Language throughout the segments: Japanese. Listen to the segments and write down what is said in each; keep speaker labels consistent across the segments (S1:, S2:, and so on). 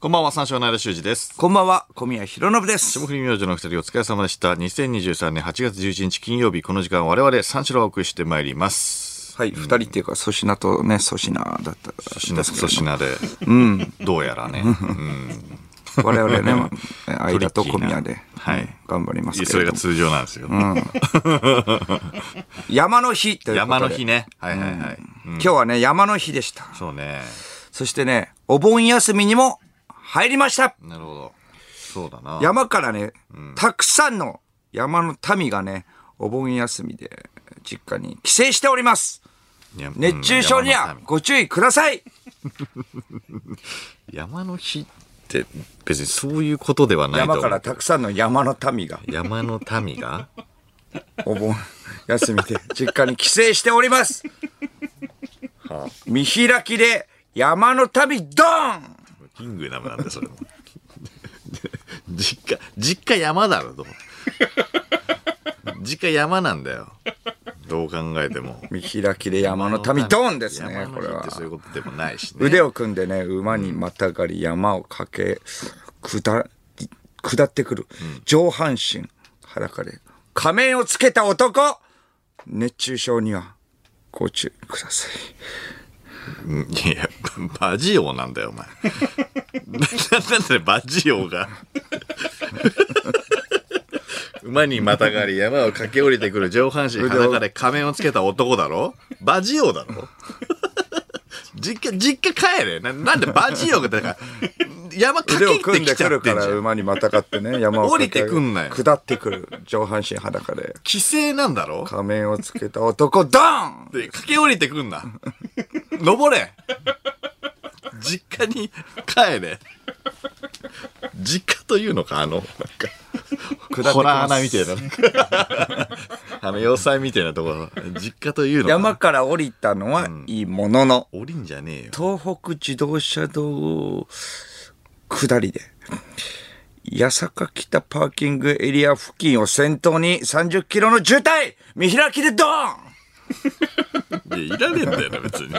S1: こんばんは、三章の間修二です。
S2: こんばんは、小宮弘信です。
S1: 霜降り明星のお二人お疲れ様でした。2023年8月11日金曜日、この時間我々三章をお送りしてまいります。
S2: はい、二、人っていうか、粗品とね、粗品だった。粗
S1: しなそしなで、どうやらね。うん
S2: 我々ね、まあ間と
S1: トリッ
S2: 小
S1: キーな
S2: 宮で、
S1: はい
S2: 頑張りますけ
S1: それ
S2: れ
S1: が
S2: ども。
S1: 通常なんですよ。
S2: 山の日ということで。
S1: 山の日ね。はいはいはい。
S2: 今日はね、山の日でした。
S1: そうね。
S2: そしてね、お盆休みにも入りました。
S1: なるほど。そうだな。
S2: 山からね、たくさんの山の民がね、お盆休みで実家に帰省しております。
S1: やうん
S2: 熱中症にはご注意ください。
S1: 山の日って別にそういうことではないと
S2: 山
S1: 思
S2: から
S1: う。
S2: たくさんの山の民が
S1: 山の民が
S2: お盆休みで 実家に帰省しております。見開きで山の旅ドーン
S1: キングダムなんだよそれも 実家実家山だろと実家山なんだよどう考えても
S2: 見開きで山の民ドーンですね
S1: 山、の
S2: これ
S1: 日っ
S2: は
S1: て。そういうことでもないしね
S2: 腕を組んでね、馬にまたがり山を駆け、下、下ってくる。上半身裸で。仮面をつけた男熱中症にはご注意ください。
S1: うんいやバジオなんだよお前ななんでバジオが馬にまたがり山を駆け下りてくる上半身裸で仮面をつけた男だろバジオだろ実家実家帰れななんでバジオがだから山
S2: 腕
S1: 駆
S2: を
S1: け下
S2: 組
S1: り
S2: ん
S1: て
S2: で
S1: きち
S2: く
S1: ゃ
S2: る
S1: っ
S2: か
S1: てん
S2: ら
S1: じゃん
S2: 馬にまたがってね山を駆け
S1: 降りてくんなよ
S2: 下ってくる上半身裸で
S1: 規制なんだろ
S2: 仮面をつけた男ドン
S1: で駆け下りてくんな登れ実家に帰れ実家というのかあのなんか
S2: 下ってき
S1: ホラー
S2: ま
S1: 穴み
S2: す
S1: たいな。 あの、要塞みたいなところ。実家というの
S2: 山
S1: は。
S2: から降りたのはいいものの、
S1: 降りんじゃねえよ。
S2: 東北自動車道下りで八坂北パーキングエリア付近を先頭に30キロの渋滞見開きでドン
S1: いや、いらねえんだよな、別に。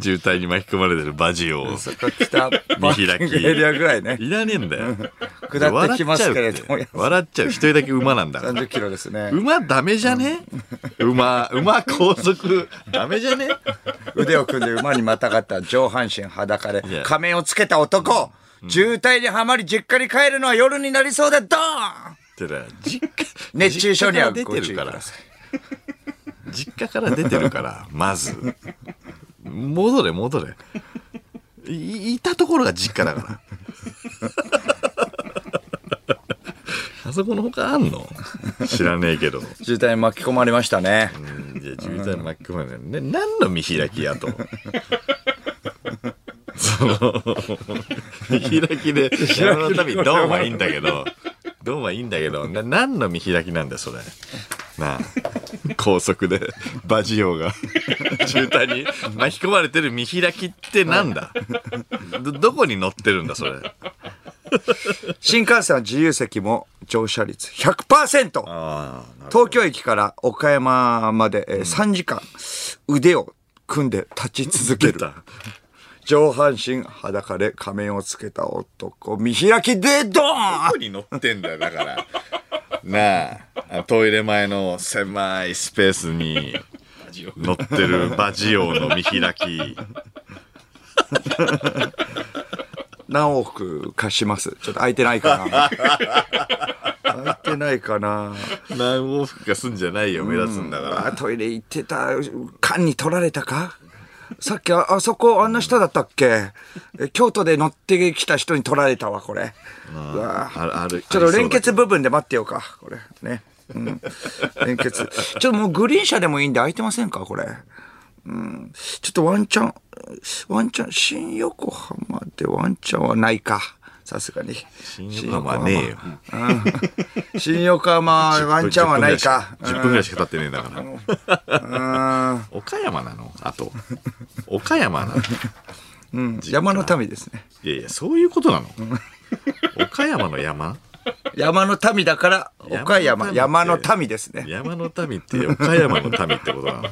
S1: 渋滞に巻き込まれてるバジオを。
S2: 北パーキングエリアぐらいね
S1: いらねえんだよ。
S2: 下ってきますけれど
S1: 笑
S2: も
S1: っちゃうって笑っちゃう。一人だけ馬なんだ から。
S2: 30キロですね
S1: 馬ダメじゃね馬、馬高速、ダメじゃね
S2: 腕を組んで馬にまたがった上半身裸で
S1: いや
S2: 仮面をつけた男、渋滞にはまり実家に帰るのは夜になりそうだドーン
S1: ってな、実家、
S2: 熱中症には
S1: 実
S2: ご
S1: 家から出てるか
S2: 注意くだ
S1: ら
S2: さ。い
S1: 実家から出てるから、まず。戻れ、戻れ。いいたところが実家だ から。あそこのほかあんの知らねえけど。うん
S2: 渋滞に巻き込まれましたね、
S1: じゃあ、渋滞に巻き込まれない。ね、何の見開きやと。その、見開きで、山の旅、ドンはいいんだけど、ドンはいいんだけど、な何の見開きなんだよ、それ。なあ、高速で、バジオが、渋滞に巻き込まれてる見開きってなんだど、どこに乗ってるんだ、それ。
S2: 新幹線は自由席も乗車率100%
S1: あ
S2: 東京駅から岡山までえー3時間腕を組んで立ち続け
S1: 出
S2: る
S1: た。
S2: 上半身裸で仮面をつけた男見開きでドーン
S1: どこに乗ってんだよだからなああトイレ前の狭いスペースに乗ってるバジオの見開き
S2: 何往復貸しますちょっと空いてな いかな空いてないかな
S1: 何往復かすんじゃないよ目立つんだから、
S2: あトイレ行ってた缶に取られたかさっきああそこあんな人だったっけえ京都で乗ってきた人に取られたわこれうわ
S1: あるある
S2: ちょっと連結部分で待ってようかこれね、うん、連結ちょっともうグリーン車でもいいんで空いてませんかこれうんちょっとワンチャンワンチャン新横浜でワンチャンはないかさすがに
S1: 新横浜はねえよ
S2: 新横浜ワンチャンはな いか
S1: 10分ぐらいしか経ってねえんだから岡山なのあと岡山なの
S2: 山の民ですね
S1: いやいやそういうことなの岡山の山
S2: 山の民だから岡山山
S1: 山
S2: の
S1: の
S2: 民ですね
S1: 山の民って岡山の民ってこと なの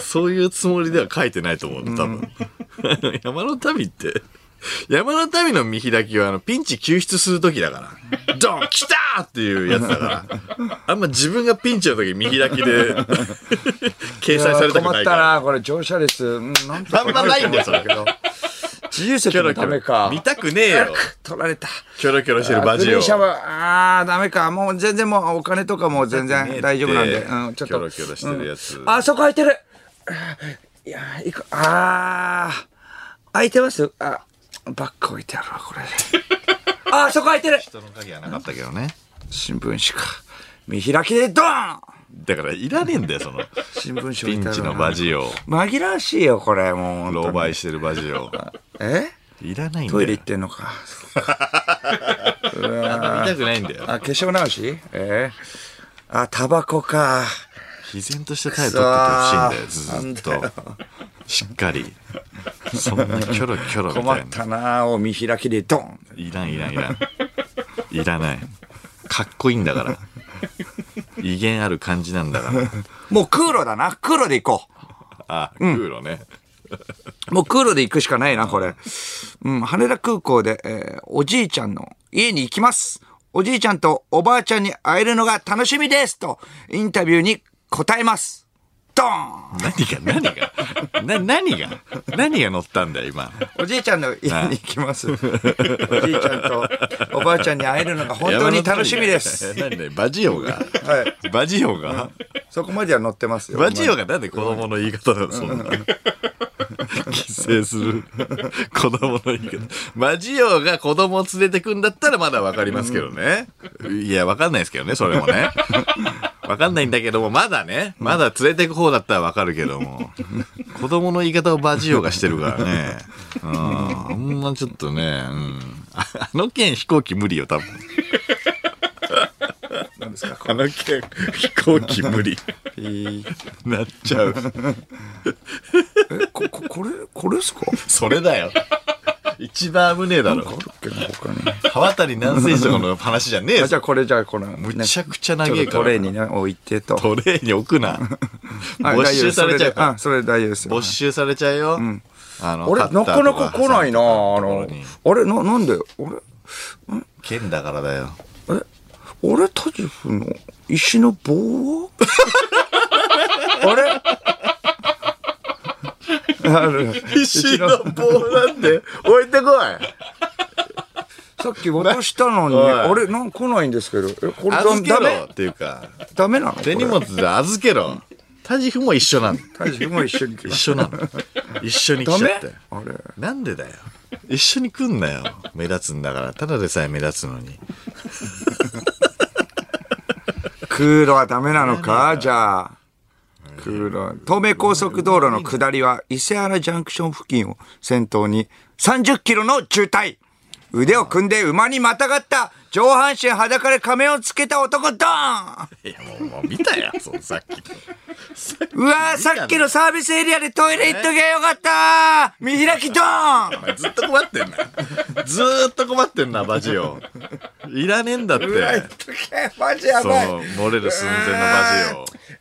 S1: そういうつもりでは書いてないと思うの多分、山の民って、山の民の見開きはあのピンチ救出するときだから、ドン来たーっていうやつだから、あんま自分がピンチのとき見開き で掲載されたく
S2: 困
S1: な
S2: っ
S1: いか
S2: た
S1: ら。
S2: な、これ乗車率。うん、なんと
S1: あんまないんだよ、それ。
S2: 自由席
S1: キョ
S2: の
S1: ロキ
S2: ため
S1: ョロ。
S2: か。
S1: 見たくねえよ。
S2: 取られた。
S1: キョロキョロしてるバ
S2: グ
S1: ジ
S2: リー
S1: オ
S2: ン。車は、ああ、ダメか。もう全然もうお金とかも全然大丈夫なんで。うん、ちょっ
S1: キ
S2: と。
S1: ョロキョロしてるやつ。
S2: あそこ空いてる。いやー、いく、ああ、空いてますあ、バッグ置いてあるわ、こ れ。あそこ空いてる。
S1: 人の影はなかったけどね。
S2: 新聞紙か。見開きでドーン
S1: だからいらねえんだよ、その。
S2: 新聞紙置
S1: ピ
S2: いて
S1: ン
S2: ある
S1: チ
S2: わ
S1: のバジオ。
S2: 紛らわしいよ、これ、もう。
S1: 狼狽してるバジオ。
S2: え
S1: いらないんだよ。
S2: トイレ行ってんのか。
S1: あんま見たくないんだよ。
S2: あ、化粧直しえー、あ、タバコか。
S1: 毅然として態度取っててほしいんだよ、ずーっと。しっかり。そんなキョロキョロみ
S2: 困
S1: た
S2: っ
S1: いな。
S2: たなを見開きでドン
S1: いらん、いらん、いらん。いらない。かっこいいんだから。威厳ある感じなんだから。
S2: もう空路だな。空路で行こ
S1: あ、クーロね。
S2: う。もう空路で行くしかないな、これ。うん、羽田空港で、えーおじいちゃんの家に行きます。おじいちゃんとおばあちゃんに会えるのが楽しみですと、インタビューに答えます。ドン
S1: 何が、何が、な、何が、何が乗ったんだよ、今。
S2: おじいちゃんの家に行きます。おじいちゃんとおばあちゃんに会えるのが本当に楽しみです。
S1: 山の神が。何ね、バジオが。
S2: はい。
S1: バジオが、
S2: そこまでは乗ってますよ。
S1: バジオがなんで子供の言い方だよ、そんな。帰省する子供の言い方。バジオが子供を連れてくんだったらまだわかりますけどね。いや、わかんないですけどね、それもね。わかんないんだけども、まだね、まだ連れてく方だったらわかるけども。子供の言い方をバジオがしてるからね。うん、あんまちょっとね、うん。ああの件飛行機無理よ、多分。
S2: なんですか
S1: あの件飛行機無理。 なっちゃう。
S2: え、こ、ここれ、これですか
S1: それだよ。一番危ねえだ
S2: あ
S1: ろ
S2: る。っけな、他に。
S1: 刃渡り何センチとかの話じゃねえ
S2: あじ
S1: ぞ。
S2: ゃあこれじゃあこの、ね、
S1: むちゃくちゃ
S2: ち
S1: 長
S2: ょっ
S1: え
S2: と
S1: か
S2: トレー
S1: ら。
S2: にね置いてと。
S1: トレーに置くな。
S2: はい
S1: 没収されちゃうから。
S2: 大丈夫ですそれであそれで大丈夫ですよ。
S1: 没収されちゃうよ。あの
S2: あれなかなか来ないなあ。
S1: の
S2: の、あれな、なんで、あれ
S1: 剣だからだよ。
S2: えあれタジフの石の棒は あれある
S1: 石の棒なんで置いてこい。
S2: さっき渡したのに、
S1: おい
S2: あれなん来ないんですけど、え、これダ
S1: 預け
S2: ダ
S1: ろ
S2: メ
S1: っていうか、
S2: ダメなのこ
S1: 手
S2: れ
S1: 荷物で預けろ。タジフも一緒なの。
S2: タジフも一緒に来ま
S1: 一
S2: し
S1: 緒なの。一緒に
S2: た。
S1: 来ち
S2: ダメ
S1: ゃったよ。
S2: あれ
S1: なんでだよ。一緒に来んなよ。目立つんだから。ただでさえ目立つのに。
S2: 空路はダメなのかじゃあ。空路。東名高速道路の下りは伊勢原ジャンクション付近を先頭に30キロの渋滞。腕を組んで馬にまたがった上半身裸で仮面をつけた男ドーン
S1: いや、もう、もう見たよ。そのさっきの。
S2: うわーさっきのサービスエリアでトイレ行っときゃよかったー見開きドーン
S1: お前ずっと困ってんな。ずーっと困ってんな、バジオ。いらねえんだって。
S2: とけマジや
S1: そ
S2: ばい
S1: の、漏れる寸前のバジ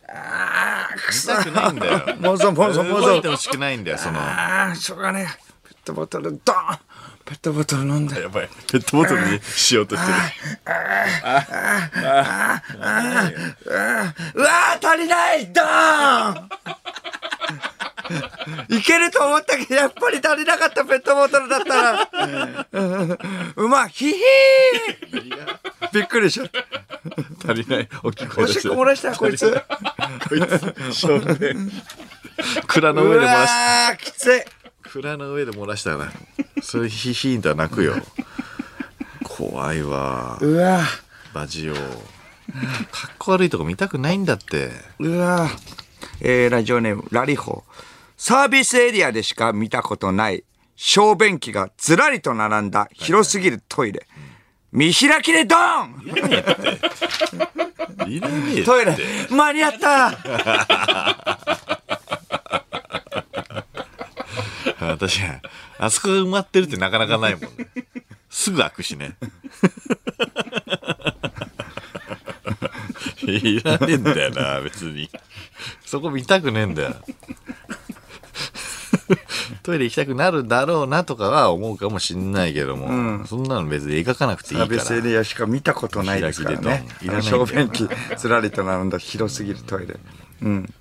S2: あーくそ
S1: オ。見たくないんだよ。
S2: もうそもうそもう
S1: 動
S2: そ
S1: いてほしくないんだよ、その。や
S2: あーしょうがねえペットボトルドーンペットボトル飲んだ
S1: ばい。ペットボトルにしようとしてる。
S2: うわー足りないドー ンいけると思ったけどやっぱり足りなかったペットボトルだったら うまいヒヒー びっくりしちゃった
S1: 足りない。大きい声
S2: お
S1: 出し
S2: しってこ漏らしたこいつうわ
S1: こいつ、少年。蔵の上で漏らした。
S2: ーきつい
S1: 蔵の上で漏らしたな。それヒヒーンとは泣くよ。怖いわ。
S2: うわ
S1: バジオ。かっこ悪いとこ見たくないんだって。
S2: ーうわーえー、ラジオネームラリホサービスエリアでしか見たことない小便器がずらりと並んだ広すぎるトイレ見開きでドーン
S1: いらねえって
S2: トイレ間に合った
S1: あ確かに。あそこが埋まってるってなかなかないもんね。すぐ開くしね。いらねえんだよな、別に。そこ見たくねえんだよ。トイレ行きたくなるだろうなとかは思うかもしんないけども、そんなの別に描かなくていいか
S2: 安
S1: ら
S2: 倍セリアしか見たことないですからね
S1: 開きでドンいらないんだよ
S2: 小便器ずらりと並んだ広すぎるトイレうん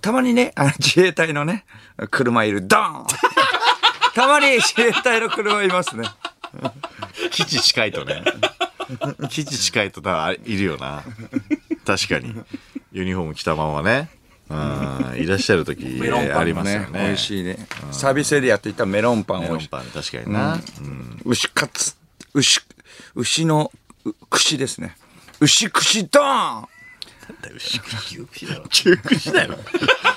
S2: たまにねあの自衛隊のね車いるドーン たまに自衛隊の車いますね
S1: 基地近いと ね基地近いと多分あれいるよな確かにユニフォーム着たままねうんいらっしゃる時ありますよね
S2: 美味しいねサービスエリアって言ったらメロンパン
S1: メ
S2: 美
S1: ロ
S2: 味し
S1: ン
S2: い
S1: パン確かにな、うん
S2: 牛カツ牛牛のう串ですね牛串ドーン
S1: だよ牛久しだろ牛串だよ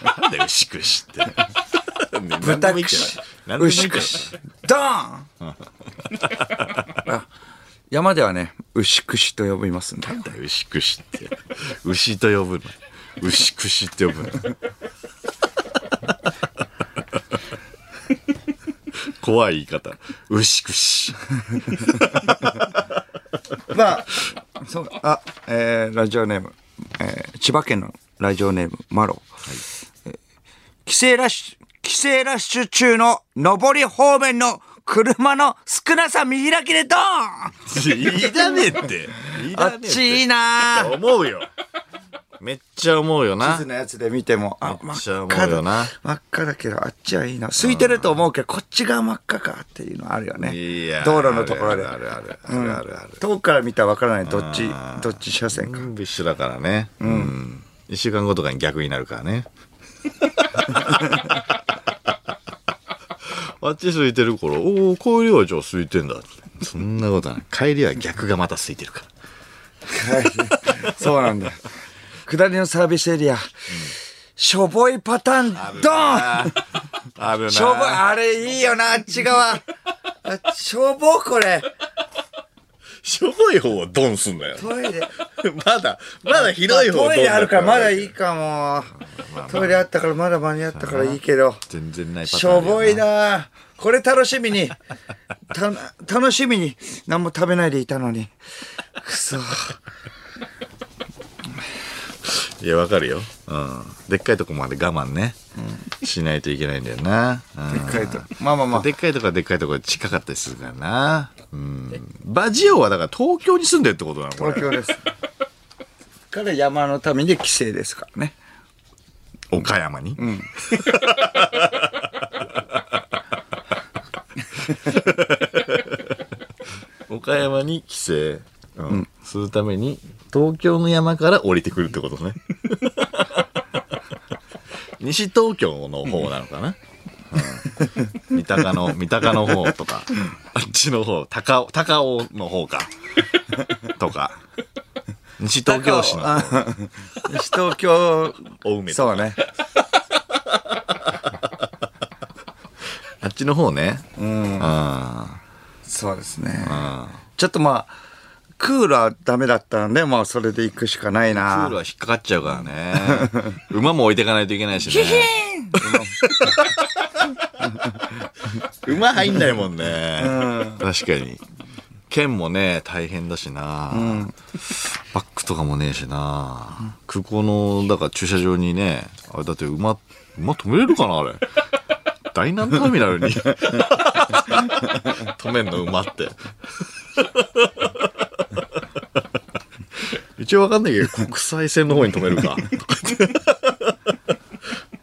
S1: なんだよ牛串って
S2: 豚
S1: 何でもいいけ
S2: 串
S1: ど
S2: 牛串ドーン あ山ではね牛串と呼びますんで
S1: なんだよ牛串って牛と呼ぶの牛串って呼ぶの怖い言い方牛串
S2: まあそうあえーラジオネーム、えー千葉県のラジオネームマロ、えー帰省ラッシュ帰省ラッシュ中の上り方面の車の少なさ見開きでドーン
S1: いらねえってい
S2: あ
S1: らねえ
S2: っ
S1: って
S2: ちいいなー
S1: 思うよめっちゃ思うよな
S2: 地図のやつで見てもあ
S1: め
S2: 真
S1: っ
S2: っ
S1: ちゃ思
S2: 赤
S1: うよ
S2: だ
S1: な
S2: 真っ赤だけどあっちはいいな空いてると思うけどこっちが真っ赤かっていうのあるよね
S1: いや
S2: 道路のところで
S1: あるあるあるあるある
S2: 遠くから見たら分からないどっちどっち車線か
S1: 全部一緒だからねうん1週間後とかに逆になるから ねあっち空いてる頃おお帰りはじゃあ空いてんだってそんなことない帰りは逆がまた空いてるから
S2: そうなんだ。下りのサービスエリア、しょぼいパターン、ドーン
S1: あるな
S2: しょぼい、あれいいよな、あっち側。あしょぼ、これ。
S1: しょぼい方をドンすんだよ
S2: トイレ。
S1: まだまだ広い方を
S2: トイレあるからまだい
S1: い
S2: いかも。トイレあったからまだ間に合ったからいいけど。
S1: 全然ないパターン
S2: しょぼい
S1: あるよ
S2: な。これ楽しみに。た楽しみに何も食べないでいたのに。くそ。
S1: いやわかるよ、うん、でっかいとこまで我慢ね、しないといけないんだよな、うん、
S2: 一回とまあまあまあ。
S1: でっかいとこはでっかいとこで近かったりするからな。うん。バジオはだから東京に住んでるってことなのこれ。
S2: 東京です。彼山の民で帰省ですからね。
S1: 岡山に。岡山に帰省、うんするために東京の山から降りてくるってこと ね。西東京の方なのかな、うん三鷹の、三鷹の方とか、あっちの方、高尾、高尾の方か、とか、西東京市の方
S2: 西東京
S1: 青梅とか
S2: そうね
S1: あっちの方ね。うん。
S2: そうですねちょっとまあクーラーダメだったんでまあそれで行くしかない
S1: プー
S2: な
S1: ルは引っかかっちゃうからね。馬も置いていかないといけないしね。馬入んないもんね。確かに。剣もね、大変だしな。バックとかもねえしな。空港の、だから駐車場にね、あれだって馬、馬止めれるかなあれ。第南ターミナルに。 止めんの馬って。 一応わかんないけど、国際線の方に止めるか。とか言って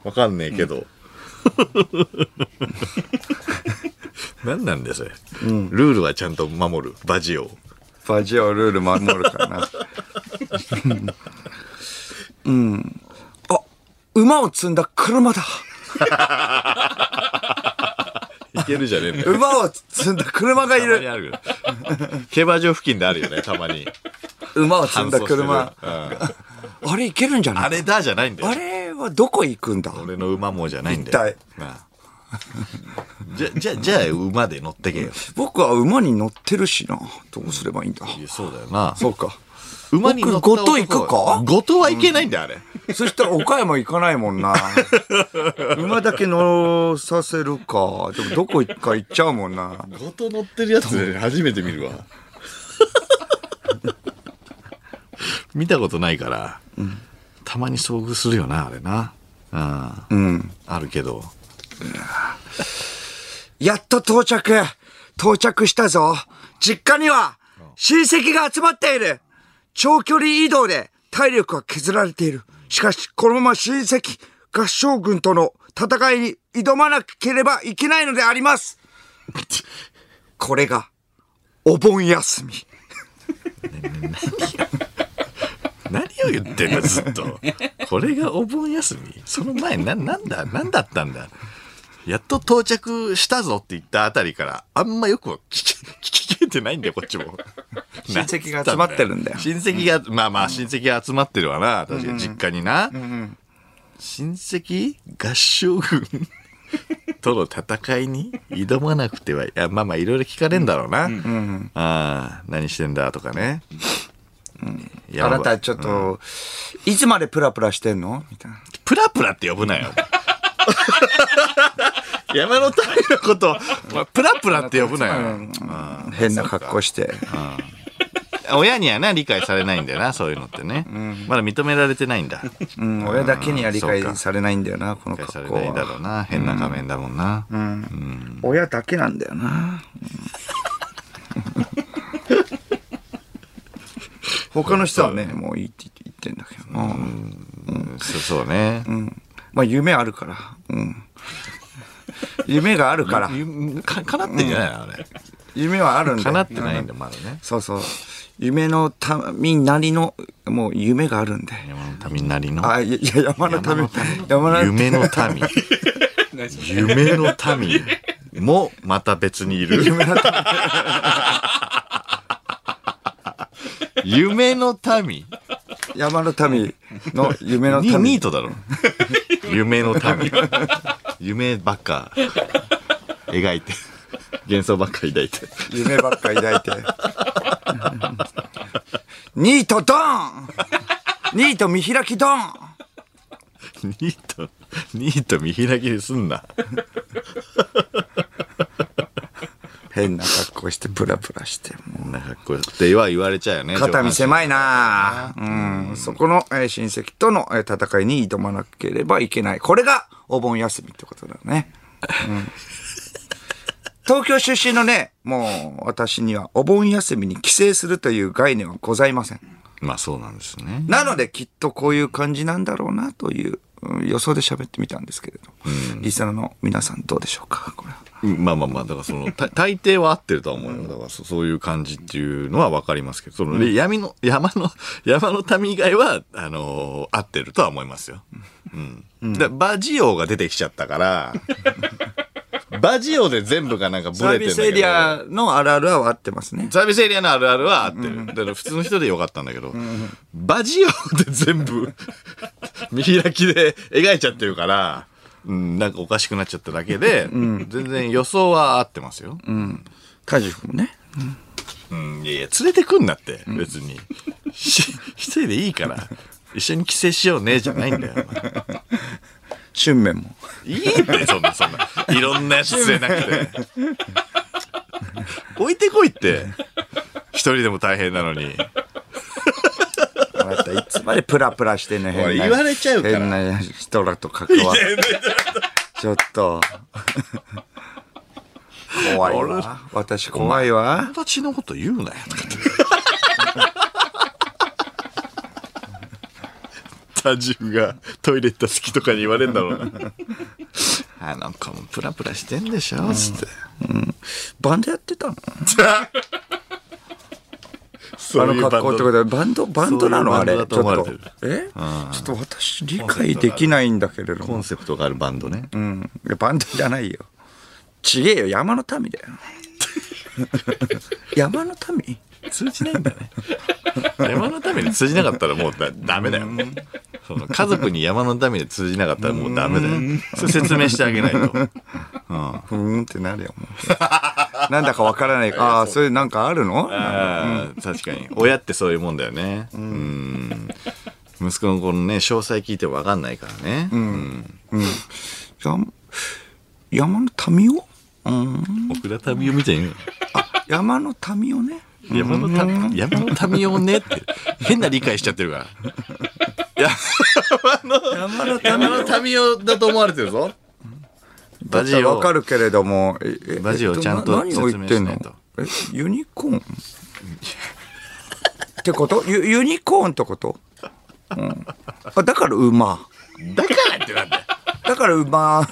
S1: わかんねえけど。何なんだよそれ、ルールはちゃんと守るバジオを
S2: バジオルール守るからな うんあ馬を積んだ車だ
S1: いけるじゃねえんだ よ
S2: 馬を積んだ車がい
S1: たまに
S2: る
S1: ある競馬場付近であるよねたまに
S2: 馬を積んだ
S1: 搬送して
S2: 車
S1: るうん
S2: あれ行けるんじゃな
S1: あ
S2: い
S1: れだじゃないんだよ
S2: あれはどこ行くんだ
S1: 俺の馬もじゃないんだよ
S2: 一
S1: なあじゃじゃじゃあ馬で乗ってけよ
S2: 僕は馬に乗ってるしなどうすればいいんだ
S1: いやそうだよな
S2: そうか
S1: 馬に乗った男
S2: 僕後藤行くか
S1: 後藤はいけないんだよあれ、
S2: そしたら岡山行かないもんな。馬だけ乗させるか。でもどこ行くか行っちゃうもんな。
S1: 後藤乗ってるやつ初めて見るわ 見たことないから、たまに遭遇するよなあれなうん、あるけど
S2: やっと到着到着したぞ実家には親戚が集まっている長距離移動で体力は削られている。しかし、このまま親戚、合唱軍との戦いに挑まなければいけないのであります。これが、お盆休み。
S1: 何を言ってんのずっとこれがお盆休みその前ななんだなんだったんだやっと到着したぞって言ったあたりからあんまよく聞け聞けてないんだよこっちも
S2: 親戚が集まってるんだよ
S1: 親戚が、まあまあ親戚が集まってるわな確かに実家にな、親戚合唱 軍との戦いに挑まなくてはいやまあまあいろいろ聞かれんだろうな、ああ何してんだとかね、いや
S2: あなたちょっと、いつまでプラプラしてんのみたいな。
S1: プラプラって呼ぶな よ。山の民のこと、まあプラプラって呼ぶなよ。
S2: 変な格好して。
S1: 親にはな、理解されないんだよな、そういうのってね。まだ認められてないんだ。理
S2: うん、親だけには理解
S1: そうか
S2: されないんだよな、この
S1: 解さ
S2: 格
S1: れ
S2: 好
S1: ないだ
S2: は。
S1: ろうな。変な仮面だもんな。
S2: 親だけなんだよな。うん他の人はね、もういいって言ってんだけどな。
S1: うんそそうね。
S2: まあ夢あるから。うん。夢があるから。
S1: ゆか叶ってんじゃないのあれ。
S2: 夢はあるんだ
S1: 叶
S2: よ
S1: ってないんだよ、まだね。
S2: そうそう。夢のためなりの、もう夢があるんで。
S1: 山の民なりの。
S2: あ、いや、いや山のため、山の
S1: 夢 の民。夢の民もまた別にい る。
S2: 夢のた
S1: 夢の民
S2: め、山のための夢の
S1: ニ
S2: た
S1: ニー
S2: め。
S1: トだろ夢の民夢ばっか描いて幻想ばっか抱いて
S2: 夢ばっか抱いて。ニートドンニート見開きドン
S1: ニートニート見開きすんな
S2: 変な格好してプラプラして。もう
S1: こんな格好っては言われちゃうよね
S2: 肩身
S1: い
S2: 狭いなうん。そこの、えー親戚との、えー戦いに挑まなければいけない。これがお盆休みってことだね。 うん、東京出身のね、もう私にはお盆休みに帰省するという概念はございません。
S1: まあそうなんですね
S2: なのできっとこういう感じなんだろうなという、うん予想で喋ってみたんですけれど。リスナーの皆さんどうでしょうかこれは
S1: うんまあまあまあだからそのた 大抵は合ってるとは思うよだからそそういう感じっていうのは分かりますけどその、で闇の山の山の民以外はあのー合ってるとは思いますよ、うんだバジオが出てきちゃった からバジオで全部がなんかブ
S2: サー
S1: レて
S2: ビ
S1: るんだけど
S2: スエリアのあるあるは合ってますね。
S1: サービスエリアのあるあるは合ってる、だから普通の人でよかったんだけど、バジオで全 部見開きで描いちゃってるから、うん、なんかおかしくなっちゃっただけで、全然予想は合ってますよ、
S2: カジフもね。
S1: うん、いやいや、連れてくんなって、別に。し一人でいいから、一緒に帰省しようね、じゃないんだよ。お前
S2: 春面も。
S1: いいって、そんな、そんな。いろんなやつ連れなくて。置いてこいって。一人でも大変なのに。
S2: あなたいつまでプラプラしてんの変な
S1: おい言われちゃうから
S2: 変な人らと関わるちょっと怖いわ私怖いわ
S1: 友達のこと言うなよ。多重がトイレ行った隙とかに言われんだろうな。あの子もプラプラしてんでしょ、つって。
S2: バンドやってたの
S1: そ
S2: あ
S1: う
S2: の
S1: いうバンド
S2: 格好ってことでバンドバンドなの
S1: そう
S2: あ
S1: いうバンド
S2: れち
S1: だと
S2: ょっ
S1: 思われ
S2: と
S1: てる
S2: えちょっと私理解できないんだけれど
S1: コ
S2: も
S1: ンセプトがあるバンドね。
S2: うんいやバンドじゃないよちげえよ山の 民だよ山の民
S1: 通じないんだね。 山のために通じなかったらもうだダメだよ。その家族に山のために通じなかったらもうダメだよ。それ説明してあげないと。
S2: ふーんってなるよもうなんだかわからないああそういうなんかあるの
S1: あー確かに。親ってそういうもんだよね。うん。息子のこのね、詳細聞いても分かんないからね。
S2: 山山の民をうん
S1: 奥田民生みたいに。
S2: あ山の民をね
S1: 山のた山の民をねって変な理解しちゃってるから。いや山の山の民をだと思われてるぞ。バジ
S2: わ
S1: を
S2: かるけれども、ええ
S1: バジをちゃんと
S2: えっな何を言ってんの
S1: 説
S2: えユニコーンってことユユニコーンってこと、うん、あだから馬。
S1: だからってなんだよ
S2: だから馬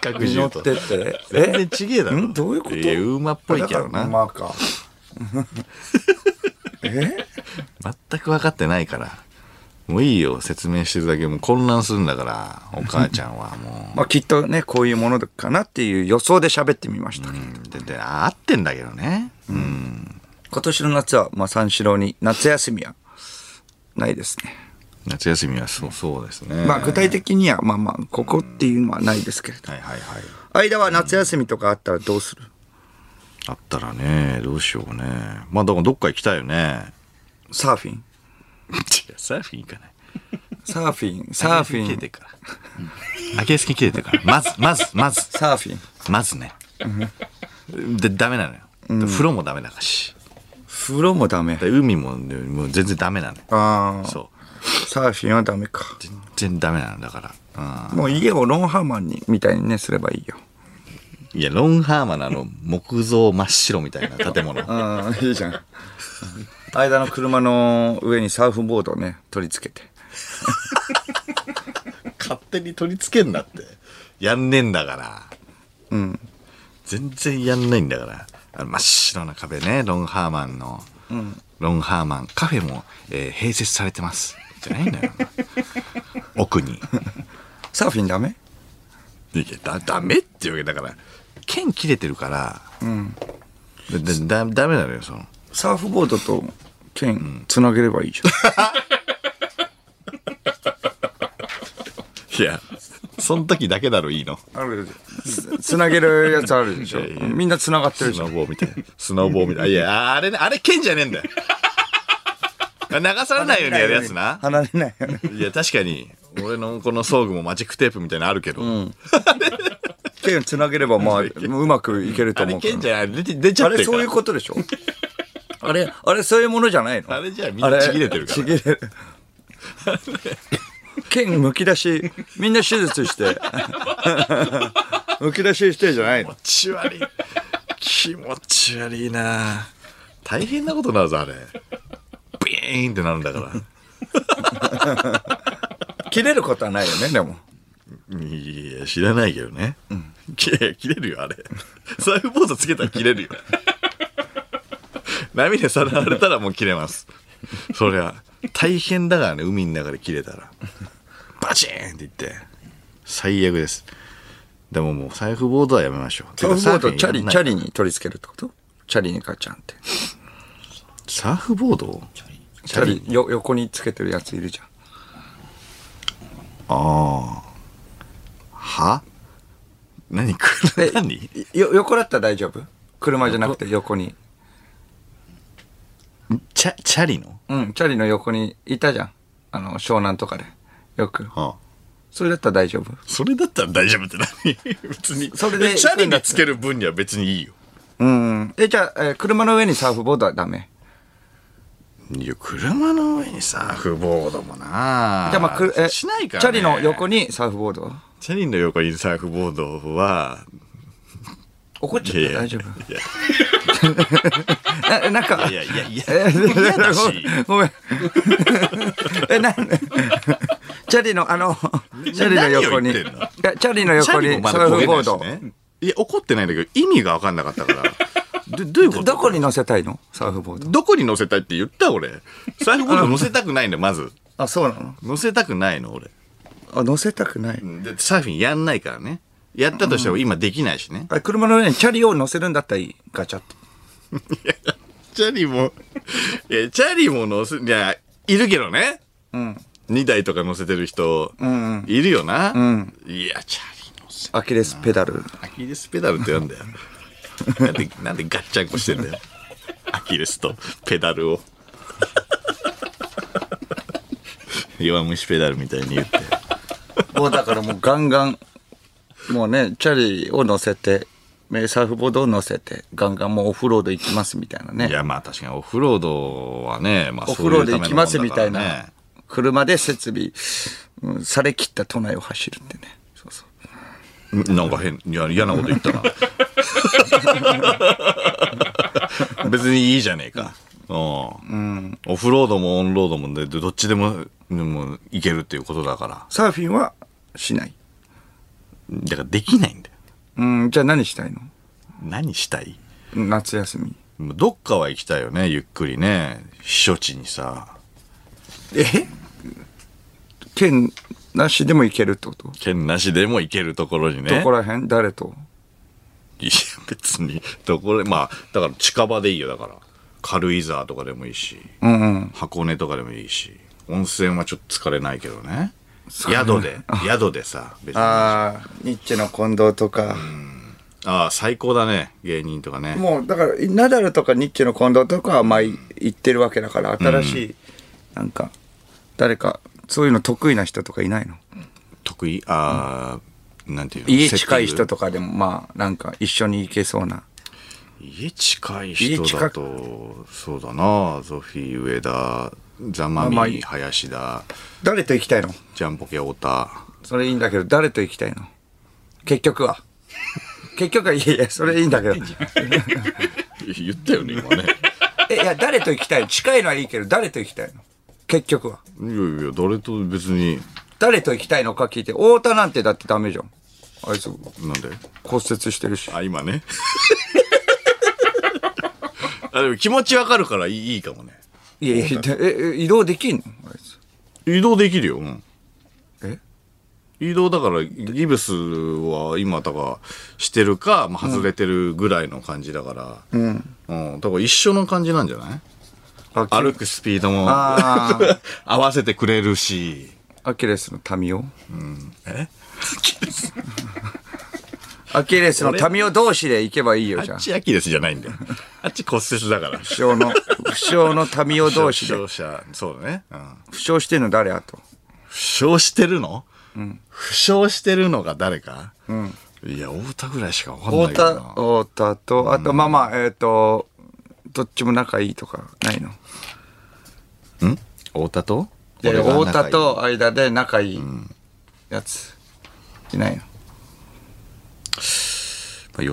S1: 角
S2: に
S1: 獣
S2: 乗っ
S1: と
S2: てって。
S1: 全然ちげえだろ
S2: んどういうこと
S1: いや馬っぽいけど
S2: だから
S1: な
S2: 馬か。
S1: 全く分かってないからもういいよ説明してるだけもう混乱するんだからお母ちゃん はも
S2: まあきっとね、こういうものかなっていう予想で喋ってみました。
S1: う、うん、でで合ってんだけどね
S2: 今年の夏は、まあ三四郎に夏休みはないですね。
S1: 夏休みはそうそうですね
S2: まあ具体的には、まあまあ、ここっていうのはないですけれど。
S1: はいはいはい
S2: 間は夏休みとかあったらどうする
S1: あったらねどうしようねまあだからどっか行きたいよね
S2: サーフィン
S1: 違うサーフィン行かない
S2: サーフィン、サーフィ
S1: 切れ
S2: ン、
S1: てるからアキレス腱切れてるからまずまずまず
S2: サーフィン。
S1: まずねでダメなのよ、風呂もダメだし
S2: 風呂もダメ。
S1: で海もねもう全然ダメなのよ
S2: ああ、
S1: そう
S2: サーフィンはダメか。
S1: 全然ダメなのだから、
S2: もう家をロンハーマンに、みたいにね、すればいいよ。
S1: うん、いやロンハーマンのあの木造真っ白みたいな建物
S2: ああ、いいじゃん。間の車の上にサーフボードをね、取り付けて。
S1: 勝手に取り付けんなってやんねえんだから全然やんないんだからあの真っ白な壁ねロンハーマンの、ロンハーマンカフェも、えー併設されてますじゃないのよ奥に
S2: サーフィンダメ
S1: いやだダメっていうわけだから剣切れてるから、だだダメなのよその
S2: サーフボードと剣つなげればいいじゃ
S1: いやその時だけだろいいの
S2: ん。あるつつなげるやつあるでしょ。みんなつながってる
S1: ス
S2: じゃ
S1: ノ
S2: ん。
S1: ボーみたいな。スノボーみたいな。いや、あれね、あれ剣じゃねえんだよ。流されないようにやるやつな。
S2: 離れないよね。
S1: いや、確かに、俺のこの装具もマジックテープみたいなのあるけど、
S2: 剣つなげれば、まあ、うまくいけると
S1: あれ
S2: 思うから
S1: 剣じゃない。出て出ちゃ
S2: あ
S1: って
S2: れ
S1: るか
S2: そう
S1: ら。
S2: いうことでしょあれ、あれそういうものじゃないの
S1: あれじゃみんなちぎれてるから
S2: あちぎれる。剣むき出し、みんな手術して。むき出ししてじゃないの
S1: 気持ち悪い。気持ち悪いな大変なことになるぞ、あれ。ビーンってなるんだか
S2: 切れることはないよね、でも。
S1: ら。いや、知らないけどね。いや切れるよ、あ れ。サーフボードつけたら切れるよ。波でさらわれたらもう切れます。そりゃ、大変だからね、海の中で切れたら。バチーンっていって。最悪です。でももう、サーフボードはやめましょう。
S2: サーフボード、チャリ、チャ
S1: リ。
S2: リに取り付けるってことチャリにかちゃんって。
S1: サーフボード
S2: チャリ、よ、横につけてるやついるじゃん。
S1: ああ。は何これ
S2: え
S1: 何
S2: よ、横だったら大丈夫車じゃなくて横に。
S1: チャ、チャリの
S2: うん、チャリの横にいたじゃん。あの、湘南とかで。よく。
S1: ああ
S2: それだったら大丈夫
S1: それだったら大丈夫って何 別に。
S2: それで
S1: えチャリにつける分には別にいいよ。
S2: うん。え、じゃあ、えー車の上にサーフボードはダメ。
S1: いや、車の上にサーフボードもな
S2: じゃあ、まあ、くえ、
S1: しないから、ね。
S2: チャリの横。にサーフボードは
S1: チャリの横にサーフボードは、
S2: 怒っち
S1: い
S2: ゃ
S1: や
S2: っ
S1: い
S2: た
S1: や
S2: 大丈夫。な、なんか、
S1: いやいやいや、
S2: え、
S1: 嫌だし。
S2: ごめん。え、なん チャリの、あの、チャリの横に、い
S1: 何を言ってんの
S2: やチャリの
S1: チャ
S2: 横
S1: リも
S2: に
S1: ま
S2: サ
S1: だ
S2: ー
S1: 焦
S2: フ
S1: げな
S2: ボー
S1: いし
S2: ド。
S1: ね。いや、怒ってないんだけど、意味が分かんなかったから。どどういうこと
S2: どこに乗せたいのサーフボード。
S1: どこに乗せたいって言った俺。サーフボード乗せたくないんだよ、まず。
S2: あ、そうなの
S1: 乗せたくないの、俺。
S2: あ、乗せたくない。
S1: でサーフィンやんないからね。やったとしても今できないしね。
S2: あ車の上にチャリを乗せるんだったらいい。ガチャッと。
S1: チャリも、いや、チャリも乗せ、いや、いるけどね。うん。2台とか乗せてる人、いるよな。うん。いや、チャリ乗せ、
S2: アキレスペダル。
S1: アキレスペダルってなん だよ。なんで、なんでガッチャンコしてんだよ。アキレスとペダ ルを。弱虫ペダルみたいに言って。
S2: もうだからもうガンガン、もうね、チャリを乗せて、ねサーフボードを乗せて、ガンガンもうオフロード行きますみたいないね。
S1: や、まあ確かにオフロードはね、まあ
S2: オ
S1: そう
S2: フ
S1: い
S2: ロー
S1: う
S2: ド
S1: た
S2: 行
S1: め
S2: き
S1: のもんだからね
S2: ますみたいな。車で設備、うんされきった都内を走るってね。そうそう。
S1: なんか変いや嫌なこと 言ったな別にいいじゃねえかうん、オフロードもオンロードもでどっちでもでもいけるっていうことだから
S2: サーフィンはしない。
S1: だからできないんだよ
S2: うん、じゃあ何したいの
S1: 何したい
S2: 夏休み。
S1: どっかは行きたいよねゆっくりね避暑地にさ
S2: え県なしでも行けるってこと
S1: 県なしでも行けるところにね
S2: どこら辺誰と
S1: いや別にどこでまあだから近場でいいよだから軽井沢とかでもいいし、
S2: うんうん。
S1: 箱根とかでもいいし温泉はちょっと疲れないけどね宿で宿でさ別にあ
S2: ああ、ニッチェの近藤とか。
S1: あ最高だね芸人とかね
S2: もう、だから、ナダルとかニッチェの近藤とかは、まあ、い行ってるわけだから、新しい、なんか、誰か、そういうの得意な人とかいないの
S1: 得意ああ、なんていうの
S2: 家近い人
S1: と
S2: とかでも、まあ、なんか、一緒に行けそうな。
S1: 家近い人だとそうだなゾフィー上田ザマ
S2: まあ
S1: ミィ林田
S2: 誰と行きたいの
S1: ジャンポケ太田
S2: それいいんだけど、誰と行きたいの結局は。結局は、いやいや、それいいんだけ ど。
S1: 言ったよね今ね
S2: え、いや、誰と行きたいの近いのはいいけど、誰と行きたいの結局は。
S1: いやいや誰と別に
S2: 誰と行きたいのか聞いて、太田なんてだってダメじゃん。あいつ、
S1: なんで
S2: 骨折してるし。
S1: あ、今ね。 あでも気持ちわかるからいいいいかもね。
S2: いやいや、でえ、え移動できんのあいつ。
S1: 移動できるよ。うん
S2: え
S1: 移動だから、ギブスは今、だから、してるか、まあ、外れてるぐらいの感じだから、うん。だから一緒の感じなんじゃない
S2: あ
S1: 歩くスピードも
S2: あ
S1: 合わせてくれるし。
S2: アキレスの民を
S1: え
S2: アキレスの民を同士で行けばいいよ、じゃ
S1: あ
S2: あ
S1: っ。ちアキレスじゃないん だよ。あっち骨折だから。
S2: 不詳の、不詳の民を同士で。
S1: 負傷者、そうだね。うん。
S2: 負傷してんの誰あと。
S1: 負傷してるの、負傷してるのが誰か、いや太田ぐらいしか分かんない
S2: 太
S1: けど
S2: 田、
S1: な
S2: 太田と、あと、まあまあ、えっと、どっちも仲いいとか、ないの
S1: ん太田と
S2: いやいや
S1: 俺が仲い
S2: 太
S1: い
S2: 田と間で仲いいやつ、いないの
S1: まあ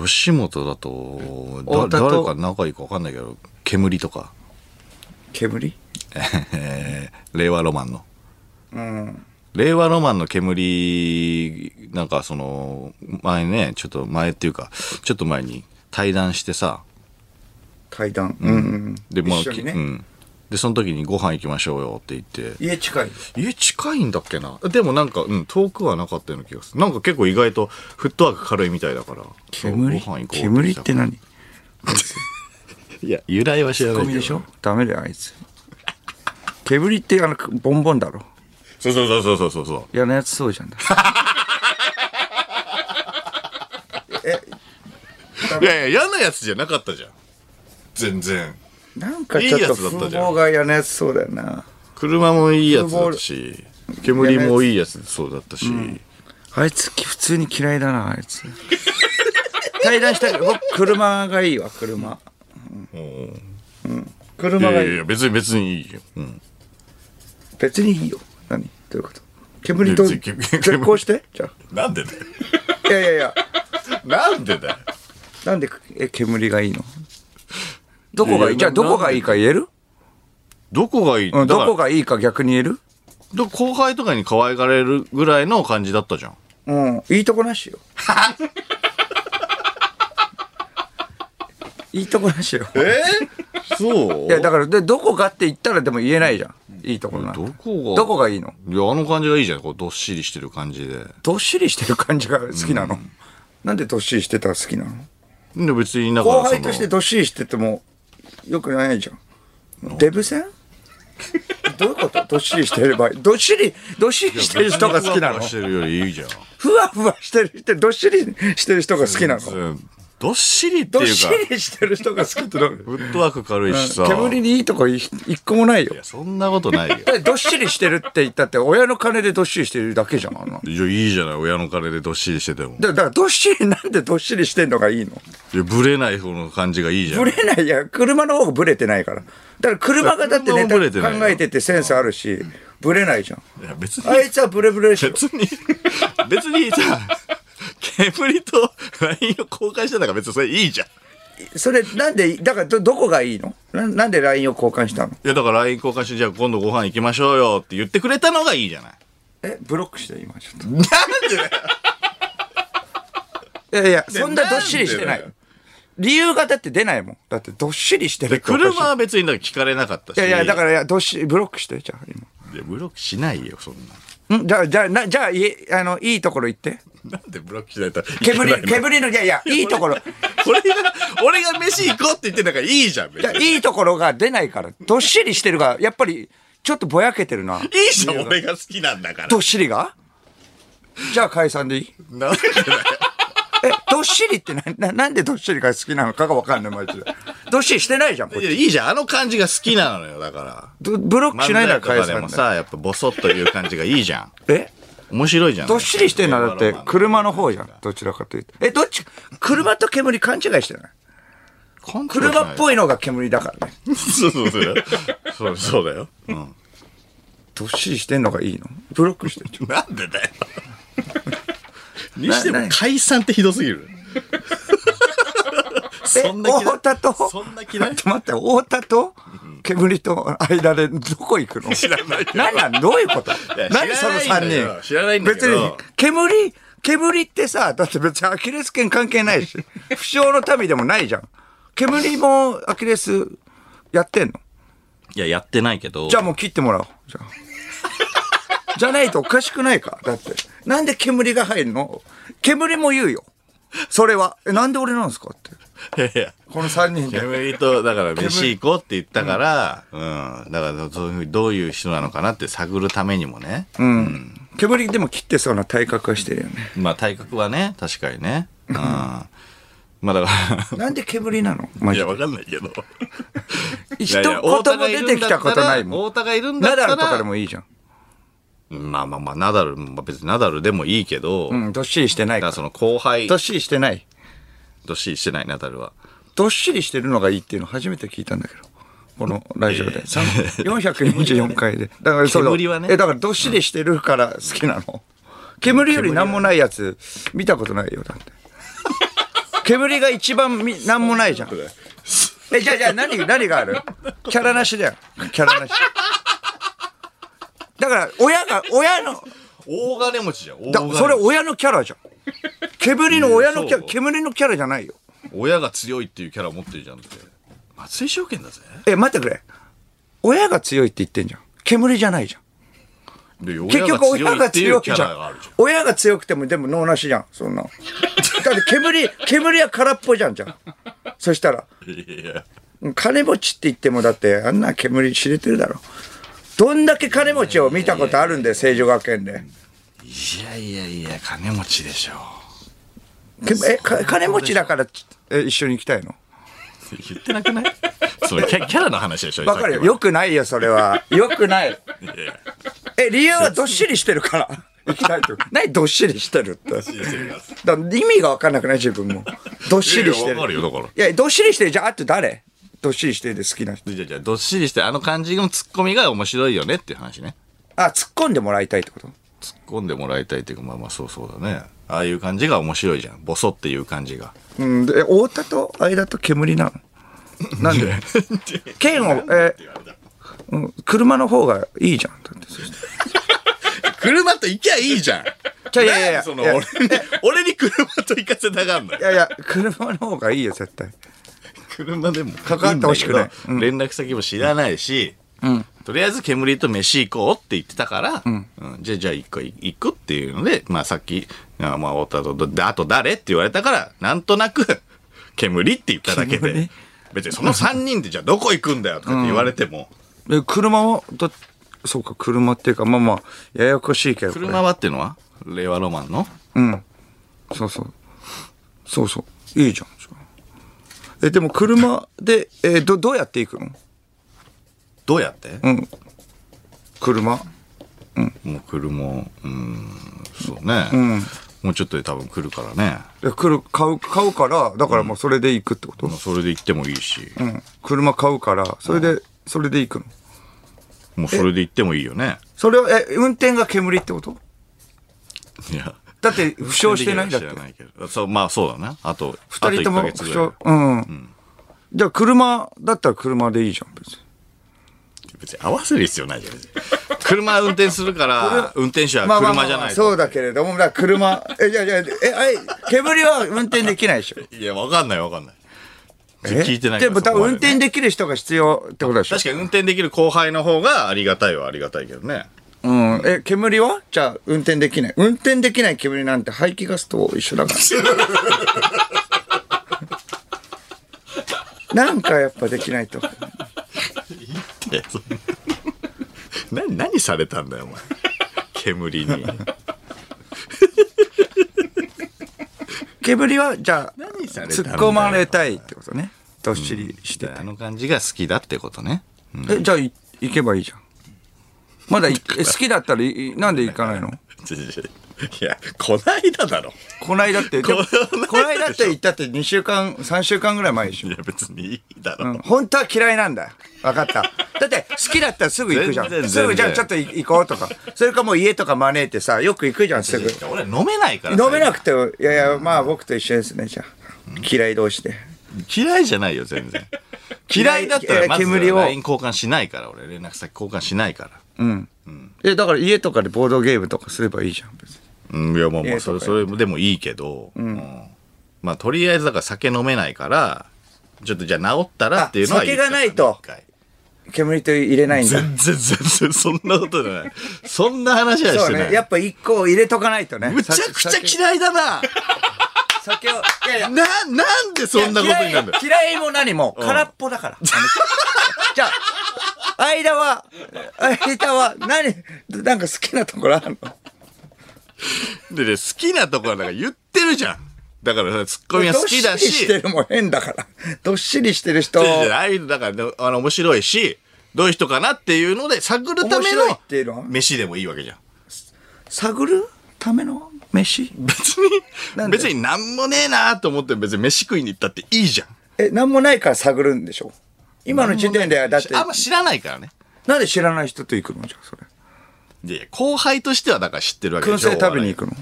S1: 吉本だと
S2: 太田
S1: だ
S2: と
S1: 誰か仲いいか分かんないけど煙とか
S2: 煙
S1: えー令和ロマンの
S2: うん
S1: 令和ロマンの煙なんかその前ねちょっと前っていうかちょっと前に対談してさ
S2: 階段うんうん
S1: で
S2: 一緒にね
S1: うん、でその時にご飯行きましょうよって言って
S2: 家近い
S1: 家近いんだっけなでもなんか、うん、遠くはなかったような気がするなんか結構意外とフットワーク軽いみたいだから
S2: 煙
S1: そうご飯行こう
S2: 煙って何
S1: いや由来は知らない
S2: ゴ
S1: け
S2: ミ
S1: ど
S2: でしょダメだよあいつ煙ってあのボンボンだろ
S1: そうそうそうそうそうそ
S2: 嫌なやつそうじゃんだ
S1: ういやいや嫌なやつじゃなかったじゃん全然
S2: なんかちょっ
S1: いいや
S2: と
S1: つだっ
S2: 風
S1: たじゃん
S2: 貌が嫌なやつそうだよな
S1: 車もいいやつだったし煙もいいやつそうだったし、
S2: あいつ普通に嫌いだなあいつ 対談したけど僕車がいいわ車うん
S1: い
S2: 車が
S1: や
S2: いい
S1: いや別に別にいいよ、うん、
S2: 別にいいよ何どういうこと煙と
S1: 別に煙
S2: じゃあこうしてじゃあ
S1: なんでだよ
S2: いやいやいや
S1: なんでだよ
S2: なんでえ煙がいいのどこ
S1: いや
S2: が
S1: い
S2: い
S1: や
S2: いじゃあ
S1: な
S2: どこがいいか言える
S1: どこがいい、
S2: うん
S1: だか
S2: ど
S1: ら
S2: こがいいか逆に言える
S1: ど後輩とかに可愛がれるぐらいの感じだったじゃん
S2: うんいいとこなしよいいとこなしよ
S1: えそう
S2: いやだからでどこがって言ったらでも言えないじゃんいいところなんて
S1: どこが
S2: どこがいいの
S1: いや、あの感じがいいじゃん。こう、どっしりしてる感じで。
S2: どっしりしてる感じが好きなの、なんでどっしりしてたら好きなの
S1: で、別に、だから
S2: 後
S1: その、
S2: 輩としてどっしりしててもよくないじゃん。デブ戦どういうことどっしりしてればいい。どっしり、どっしりしてる人が好きな
S1: ふわふ
S2: の
S1: わしてるよりいいじゃん。
S2: ふわふわしてる人、どっしりしてる人が好きなの
S1: うんどっしりって
S2: どっ
S1: いう
S2: し
S1: か、
S2: りしてる人が好きってなる。
S1: フットワーク軽いしさ。
S2: 煙
S1: い
S2: にいいとこい一個もないよ。
S1: や、そんなことないよ。
S2: だってどっしりしてるって言ったって、親の金でどっしりしてるだけじゃん。あんなだか
S1: いや、いいじゃない。親の金でどっしりしてても。
S2: らだからどっしり、なんでどっしりしてんのがいいの
S1: いや、ブレない方の感じがいいじゃん。
S2: ブレない、いや、車の方がブレてないから。だから車がだって
S1: 車も
S2: ネタ考
S1: ブレてないよ
S2: えててセンスあるし、ブレないじゃん。
S1: いや、別
S2: あ
S1: に、
S2: いつはブレブレでしょ。
S1: 別に、別にさ、 煙と LINE を交換したんだから別にそれいいじゃん。
S2: それ、なんで、だからど、どこがいいのななんで LINE を交換したの
S1: いやだから LINE 交換してじゃあ今度ご飯行きましょうよって言ってくれたのがいいじゃない。
S2: え、ブロックして、今、ちょっと。
S1: なんでだよ
S2: いやいや、そんなどっしりしてな
S1: なん
S2: い
S1: でだよ。
S2: 理由がだって出ないもん。だって、どっしりしてる
S1: で
S2: っておかしい
S1: 車は別にだから聞かれなかったし。。
S2: いやいや、だからら、いや、どっしり、ブロックして、じゃあ、
S1: ブロックしないよ、そん
S2: 今。んじゃあ、じゃあ、なじゃあ、いえ、あの、いいところ行って。
S1: な。なんでブロックしないといけないの
S2: 煙、煙の、いやいや、いいところ。
S1: 俺が、俺が飯行こうって言ってんだからいいじゃん、別
S2: いや
S1: に。
S2: いいところが出ないから。どっしりしてるが、やっぱり、ちょっとぼやけてるな。
S1: いいじゃん、俺が好きなんだから
S2: ど。っしりがじゃあ解散でいい
S1: なんでだよ
S2: え、どっしりってな、な、なんでどっしりが好きなのかがわかんない、マジで。どっしりしてないじゃん、こ
S1: い
S2: れ。
S1: や、いいじゃん、あの感じが好きなのよ、だから。
S2: どブロックしないなら
S1: 漫才
S2: 解
S1: とかで
S2: 散
S1: も
S2: だよ。
S1: さ、やっぱボソッという感じがいいじゃん。
S2: え
S1: 面白いじゃん。
S2: どっしりしてんのはだって、車の方じゃん。どちらかというと。え、どっち、車と煙勘違いしてない車っ
S1: い。
S2: ぽいのが煙だからね。
S1: そうそうそうだよ。そうそうだよ。うん。
S2: どっしりしてんのがいいのブロックしてる。
S1: なんでだよ。にして
S2: な
S1: も
S2: な
S1: 解散ってひどすぎる。
S2: え、
S1: そんな嫌い
S2: 太田と、
S1: そんな嫌い
S2: 待って待って、太田と、煙と間でどこ行くの
S1: 知らないけど
S2: 何なんどういうこと
S1: や
S2: 何その
S1: 知らないんだよ
S2: 3人。
S1: 知らないんだけ
S2: 別
S1: ど
S2: に、煙、煙ってさ、だって別にアキレス腱関係な いし、不詳の民でもないじゃん。煙もアキレスやってんの
S1: いや、やってないけど。
S2: じゃあもう切ってもらおう。じゃあ。じゃないとおかしくないかだって。なんで煙が入るの煙も言うよ。それは。え、なんで俺なんですかって。
S1: いやいや。
S2: この3人で。
S1: 煙と、だから飯行こうって言ったから、うん。だから、そういうふうにどういう人なのかなって探るためにもね。
S2: うん。煙でも切ってそうな体格はしてるよね。
S1: まあ、体格はね、確かにね。うん。まあ、だか
S2: なんで煙なの
S1: ら。
S2: マ
S1: い
S2: ジ
S1: や、
S2: で。
S1: わかんないけど。
S2: 一言も出てきたことないもん。
S1: 太田がいるんだ
S2: ナ
S1: った
S2: ダ
S1: ら。
S2: ルとかでもいいじゃん。
S1: まあまあまあ、ナダル、まあ別にナダルでもいいけど、
S2: う
S1: だ
S2: ん、どっしりしてない
S1: か
S2: から
S1: その後輩
S2: ど、っしりしてない。
S1: どっしりしてない、ナダルは。
S2: どっしりしてるのがいいっていうの初めて聞いたんだけど。このラジオで。さん444 回で。だからそうだ
S1: 煙はね
S2: え、だからどっしりしてるから好きなの。煙より何もないやつ見たことないよ、だって。煙が一番み何もないじゃん。え、じゃあじゃあ何、何があるキャラなしだよ。キャラなし。だから親が、親の、
S1: 大金持ちじゃん、大
S2: だ
S1: 金持ち
S2: それ親のキャラじゃん。煙の親のキャ
S1: いやそ
S2: ラ、
S1: う
S2: 煙のキャラじゃないよ。
S1: 親が強いっていうキャラを持ってるじゃんって。松井証券だぜ。
S2: え、待ってくれ。親が強いって言ってんじゃん。煙じゃないじゃん。
S1: で
S2: 結局親が
S1: っ
S2: 強い
S1: て
S2: じ
S1: いうキャ
S2: ゃ
S1: ラがあ
S2: ん
S1: るじゃん。。
S2: 親が強くてもでも脳なしじゃん。そんな。だって 煙、煙は空っぽじゃんじゃん。そしたら、
S1: いやいや
S2: 金持ちって言ってもだってあんな煙知れてるだろ。どんだけ金持ちを見たことあるんだよ、成城学園で。
S1: いやいやいや、金持ちでしょ。
S2: けえ、か金持ちだからえ一緒に行きたいの
S1: 言ってなくない それキャキャラの話でしょ。
S2: わかるよ。
S1: よ
S2: よくないよ、それは。よくない。え、理由はどっしりしてるから。行きたいと。 何どっしりしてるって。だから意味が分かんなくない自分も。どっしりし
S1: いや
S2: て
S1: いやわかる
S2: る。
S1: よだから
S2: いや、どっしりしてる。じゃあ、あと誰どっしりしてるで好きな人。
S1: じゃあじゃあどっしりして、あの感じのツッコミが面白いよねっていう話ね。
S2: あ、突っ込んでもらいたいってこと
S1: 突っ込んでもらいたいっていうか、まあまあそうそうだね。ああいう感じが面白いじゃん。ボソっていう感じが。
S2: うん。で、太田と間と煙なの。なんで 剣を、え、うん車の方がいいじゃん。だってそしたら
S1: 車と行きゃいいじゃん。
S2: じゃあいやいやいや
S1: その
S2: いや
S1: 俺に、俺に車と行かせたがんの
S2: い
S1: よ。
S2: やいや、車の方がいいよ、絶対。
S1: 車でも
S2: 関わってほしくない
S1: んだけど連絡先も知らないし、とりあえず煙と飯行こうって言ってたから、うんじゃあじゃあ行く行くっていうので、まあさっき、あまあ太田と、であと誰って言われたから、なんとなく 煙って言っただけで
S2: 煙、
S1: 別にその3人でじゃあどこ行くんだよとかって言われても、
S2: え車はだそうか車っていうかまあまあややこしいけどこれ
S1: 車はっていうのは令和ロマンの
S2: うんそうそうそうそういいじゃんえでも車で、えどどうやって行くの
S1: どうやって、
S2: うん車
S1: もう車、うん、そうね、もうちょっとで多分来るからね。
S2: え来る買う買うからだからもうそれで行くってこと、
S1: まあそれで行ってもいいし、
S2: うん車買うからそれで、それで行くの
S1: もうそれで行ってもいいよね。
S2: それはえ運転が煙ってこと
S1: いや、
S2: だって負傷してない
S1: ん
S2: だっ
S1: 知ら。
S2: て
S1: ないけど。そう、まあそうだな。あと、
S2: 二人とも
S1: あ
S2: 負
S1: 一ヶ月ぐ
S2: 傷
S1: らい。
S2: うん。じゃあ車だったら車でいいじゃん、別に。
S1: 別に合わせる必要ないじゃん。別に車運転するから、運転手は
S2: まあまあ
S1: 車
S2: まあ
S1: じゃ
S2: ま
S1: な
S2: あ、
S1: い。
S2: そうだけれども、だから車、え、いやいや、え、あい、煙は運転できないでしょ。
S1: いや、わかんないわかんない。
S2: え
S1: 聞いてない
S2: で
S1: から
S2: も、
S1: そ
S2: 多
S1: こま
S2: 分運
S1: でね
S2: 転できる人が必要ってことでしょ。
S1: 確かに運転できる後輩の方がありがたいはありがたいけど ね。
S2: うん。え、煙はじゃあ、運転できない。運転できない煙なんて排気ガスと一緒 だから。なんかやっぱできないと。
S1: えそ何何されたんだよお前煙に
S2: 煙は、じゃあ、
S1: 何されたん
S2: 突
S1: だ
S2: っ
S1: よ
S2: 込まれたいってことね。どっしりして
S1: あの感じが好きだってことね
S2: え、じゃあい行けばいいじゃん。まだいえ好きだったらいいなんで行かないの
S1: ちょちょちょいやこないだだろ
S2: こないだって、でも
S1: こないだでしょ
S2: こないだって行ったって2週間、3週間ぐらい前でしょ
S1: い。や別にいいだ
S2: う
S1: ろ、
S2: ん本当は嫌いなんだよ。分 かった。だって好きだったらすぐ行くじゃ
S1: 全
S2: ん。
S1: 然
S2: すぐ
S1: 全然
S2: じゃあちょっと行こうとか。それかもう家とか招いてさ、よく行くじゃん、すぐ。
S1: 俺飲めないから
S2: 飲めな
S1: く
S2: くても、いやいや、まあ僕と一緒ですね、じゃあ。嫌い同士で。
S1: 嫌いじゃないよ全然 嫌いだった
S2: い
S1: ら
S2: や
S1: まず
S2: 煙を
S1: LINE 交換しないから俺連絡先交換しないから
S2: え、だから家とかでボードゲームとかすればいいじゃん、別に。
S1: うんいやまあま
S2: ええ
S1: あそれ
S2: と
S1: それでもいいけど、うんまあとりあえずだから酒飲めないからちょっとじゃあ治ったらっていうのは言った
S2: あ酒がないと
S1: 一回
S2: 煙と入れないんだ。
S1: 全然全然そんなことじゃない。そんな話はし
S2: そう
S1: てない。
S2: ね。やっぱ一個入れとかないとね。
S1: むちゃくちゃ嫌いだな。
S2: 酒を、いやいや、
S1: な、なんでそんなことになるんだよ。
S2: 嫌い嫌いも何も空っぽだから。あの じゃあ、間は、間は何、なんか好きなところあるの
S1: でね、好きなところなんか言ってるじゃん。だから、ツッコミは好きだ
S2: どっり
S1: し、
S2: してるも変だから。どっしりしてる人。
S1: ででああいうのだからね、あの、面白いし、どういう人かなっていうので、探るた
S2: 面
S1: め
S2: 白いっていうのは
S1: の飯でもいいわけじゃん。
S2: 探るための飯
S1: 別に
S2: なん、で
S1: 別になんもねえなと思って別に飯食いに行ったっていいじゃん。
S2: え、なんもないから探るんでしょ今の時点では、だって、
S1: あんま知らないからね。
S2: なんで知らない人と行くのじゃあ、それ。
S1: いやいや後輩としてはだから知ってるわけ
S2: 燻製食べに行くの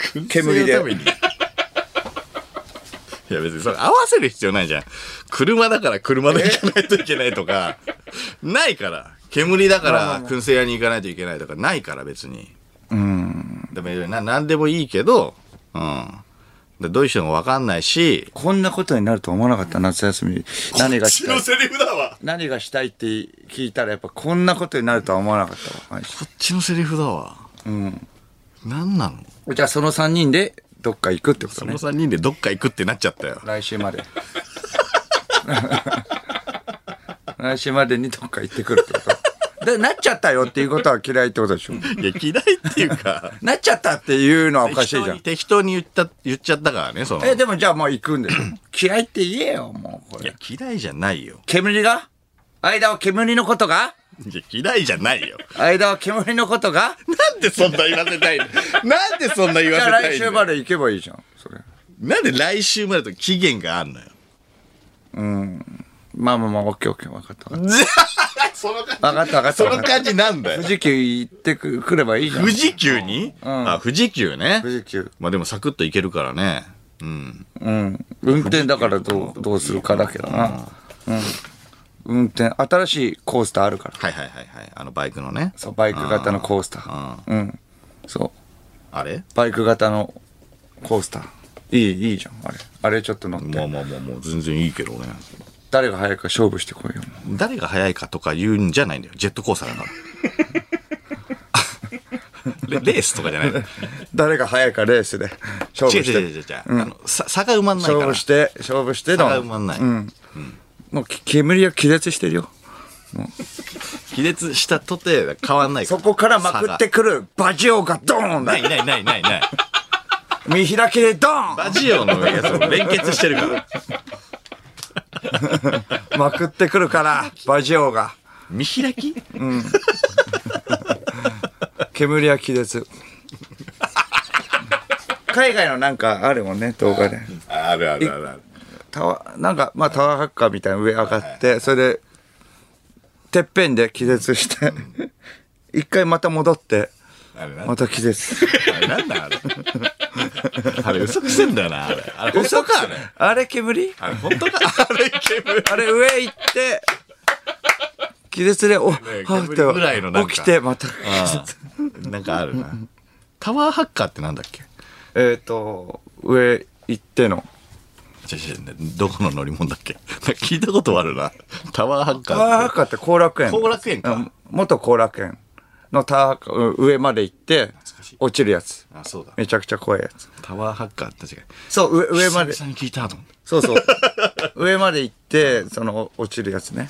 S1: く
S2: 煙で
S1: いや別にそれ合わせる必要ないじゃん。車だから車で行かないといけないと か、ないから。煙だから燻製屋に行かないといけないとか、ないから別に。うん。でもな、なんでもいいけど、うん。でどういう人もわかんないし、
S2: こんなことになるとは思わなかった、夏休み。何がしたい
S1: セリフだわ。
S2: 何がしたいって聞いたらやっぱこんなことになるとは思わなかったわマジ
S1: こっちのセリフだわ。うん。なんなの
S2: でじゃあその3人でどっか行くってこと
S1: そ
S2: ね
S1: の3人でどっか行くってなっちゃったよ。
S2: 来週まで 来週までにどっか行ってくるってことでなっちゃったよっていうことは嫌いってことでしょ
S1: いや、嫌いっていうか。
S2: なっちゃったっていう のはおかしいじゃん
S1: 適当に適当に言った、言っちゃったからね、その。
S2: えでもじゃあもう行くんでしょ嫌いって言えよもうこ
S1: いや
S2: れ、
S1: 嫌いじゃないよ。
S2: 煙が間は煙のことが
S1: いや、嫌いじゃないよ。
S2: 間は煙のことが
S1: なんでそんな言わせたいのなんでそんな言
S2: じ
S1: わ
S2: ゃ
S1: せ
S2: あ
S1: た
S2: 来
S1: い
S2: 週
S1: の
S2: まで行けばいいじゃんそれ
S1: なんで来週までと期限があんのよ。
S2: まあまあまあオッケーオッケー分かった分かっ
S1: その感
S2: た分かった分かった
S1: その感じなんだよ
S2: 富。士急行ってく来ればいいじゃん。
S1: 富士急に、あ、富士急ね。
S2: 富士急。
S1: まあでもサクッといけるからね。うん。
S2: うん。運転だからどう、どうするかだけどな。うん。運転、新しいコースターあるから。
S1: はいはいはいはい。あのバイクのね。
S2: そう、バイク型のコースター。
S1: あ
S2: うん。そう、
S1: あれ
S2: バイク型のコースター。いい、いいじゃん。あれ。あれちょっと乗っ
S1: まあ
S2: て。
S1: まあまあもう全然いいけどね。
S2: 誰が速いか勝負してこいよ。
S1: 誰が速いかとか言うんじゃないんだよ。ジェットコースターだ から。レレースとかじゃないの。
S2: 誰が速いかレースで 勝
S1: 違う
S2: 負し
S1: 違う
S2: て。
S1: 違う違う。あの、さ差が埋まんないから。
S2: 勝負して、勝負して
S1: 差
S2: の。
S1: が埋まんない。
S2: もうき煙は気絶してるよ。
S1: 亀裂したとて変わんない
S2: そこからまくってくるバジオがドーン
S1: 差がな
S2: だ
S1: いないないないない
S2: 見開きでドーン
S1: バジオのやつを連結してるから
S2: まくってくるから、バジオが。
S1: 見開き
S2: 煙は気絶。海外のなんかあるもんね、動画で。
S1: あるあるあるある
S2: タワー、なんか、まあタワーハッカーみたいな上上がって、それで、てっぺんで気絶して、一回また戻って、
S1: あれな
S2: また季節。
S1: あれなんだあれ。あれ嘘くせんだよな、あれ。あれ嘘か、あれ。
S2: あれ煙
S1: あれ本当か。あれ煙。
S2: あれ上行って、気絶で、お、は
S1: 煙
S2: ぁ
S1: ぐらいのなん
S2: って、
S1: か
S2: 起きてまた。
S1: ああなんかあるな。タワーハッカーってなんだっけ
S2: えっと、上行っての。
S1: ちょちょどこの乗り物だっけなんか聞いたことあるな。タワーハッカ
S2: タ
S1: ーって
S2: ワーハッカーって後楽園。
S1: 後楽園か
S2: うん。元後楽園のタワーハッカー上まで行って
S1: かしい、
S2: 落ちるやつ。
S1: あ、そうだ。
S2: めちゃくちゃ怖いやつ。
S1: タワーハッカーって違う。
S2: そう、上上まで
S1: 久。々に聞いたと思って。
S2: そうそう。 上まで行って、その、落ちるやつね。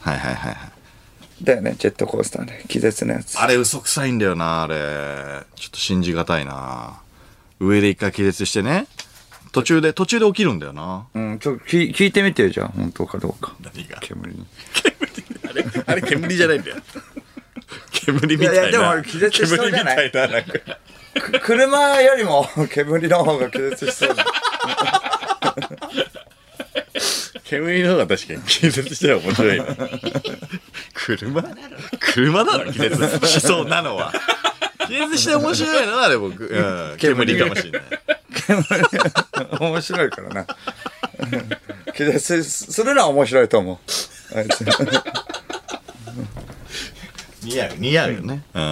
S1: はいはいはいはい。
S2: だよね、ジェットコースターね。気絶のやつ。
S1: あれ嘘くさいんだよな、あれ。ちょっと信じがたいな。上で一回気絶してね。途中で、途中で起きるんだよな。
S2: うん、ちょっと聞い聞いてみてよ、じゃあ、本当かどうか。
S1: 何が
S2: 煙に。
S1: あれ、あれ煙じゃないんだよ。 煙み
S2: い
S1: たいな
S2: や。
S1: い
S2: やでもあれ気絶しそうじゃな
S1: 煙
S2: い
S1: みたいな、なんか。
S2: く車よりも 煙の方が気絶しそうだ。
S1: 煙の方が確かに気絶したら面白いな。 車車だろ、気絶しそうなのは。気絶して面白いのは、あれ僕、うん、煙かもしれない。
S2: 面白いからな。 気絶するのは面白いと思う。あいつ
S1: 似合う、似合うよね。うん。う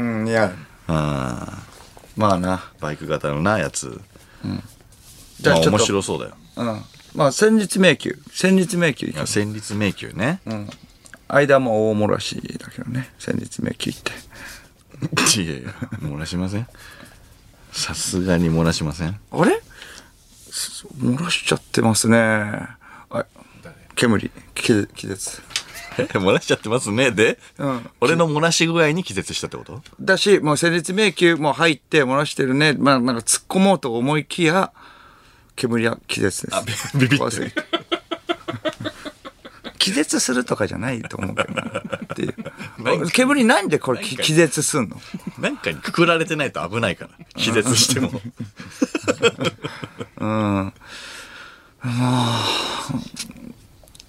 S1: ん
S2: うん、いや、まあな。
S1: バイク型のな、やつ。
S2: じゃあ
S1: ま
S2: ちょっと
S1: 面白そうだよ。
S2: うん。まあ、戦日迷宮。戦日迷宮行く。
S1: 戦慄迷宮ね。
S2: 間も大漏らしだけどね。戦日迷宮行って。
S1: いやいや、漏らしません。さすがに漏らしません。
S2: あれす漏らしちゃってますね。あ煙、気気絶。
S1: え 漏らしちゃってますね。で、
S2: ん
S1: 俺の漏らし具合に気絶したってこと
S2: だし、もう戦慄迷宮も入って漏らしてるね。まあ、なんか突っ込もうと思いきや、煙は気絶です。
S1: ビビビって
S2: 怖すぎて 気絶するとかじゃないと思うけどな。っていう。煙なんでこれ気気絶すんの
S1: なんかにくくられてないと危ないから。気絶しても。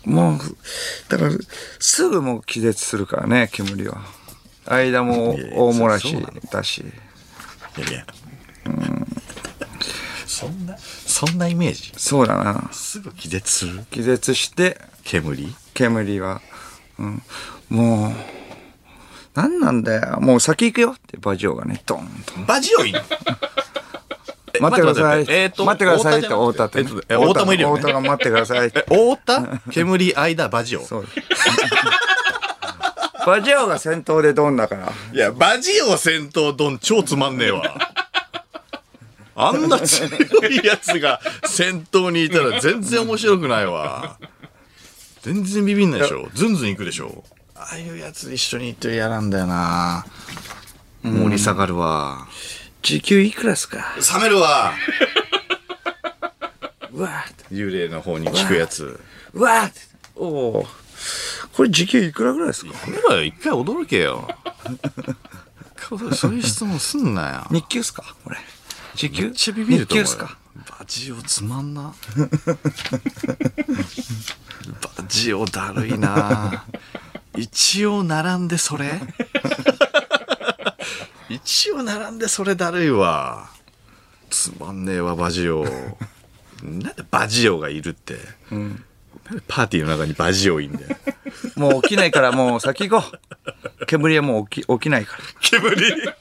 S2: もう、だから、すぐもう気絶するからね、煙は。間も大漏ら
S1: い
S2: し
S1: やいやそうな
S2: だし。
S1: いやいや。そんな、そんなイメージ
S2: そうだな。
S1: すぐ気絶する
S2: 気絶して、
S1: 煙
S2: 煙は。うん、もう、何なんだよ。もう先行くよってバジオがね、ドーンと。
S1: バジオいんの
S2: 待ってください。
S1: えっと
S2: 待ってくださいって
S1: 太
S2: 太
S1: 田じ
S2: 田
S1: ゃなく
S2: とね
S1: てえっとえ太田もいるよね
S2: 太田が待ってくださいって。
S1: 太田煙間バジオ。
S2: そう。 バジオが先頭でドンだから。
S1: いや、バジオ戦闘丼超つまんねえわ。 あんな強いやつが戦闘にいたら全然面白くないわ。全然ビビんないでしょ。ズンズン行くでしょ。ああいうやつ一緒に行って嫌なんだよな。盛り下がるわ。
S2: 時給いくらっすか
S1: 冷めるわ。
S2: うわーって。
S1: 幽霊の方に聞くやつ。
S2: うわーって。おお。これ時給いくらぐらいですか
S1: これは一回驚け よ。そういう質問すんなよ。
S2: 日給っすかこれ。時給
S1: めっちゃビビると思うよ。
S2: 日給っすか
S1: バジオつまん な。バジオだるいな。一応並んでそ れ一応並んでそれだるいわ。つまんねえわ、バジオ。なんでバジオがいるって。なんでパーティーの中にバジオいんだよ。
S2: もう起きないからもう先行こう。煙はもう起き起きないから。
S1: 煙。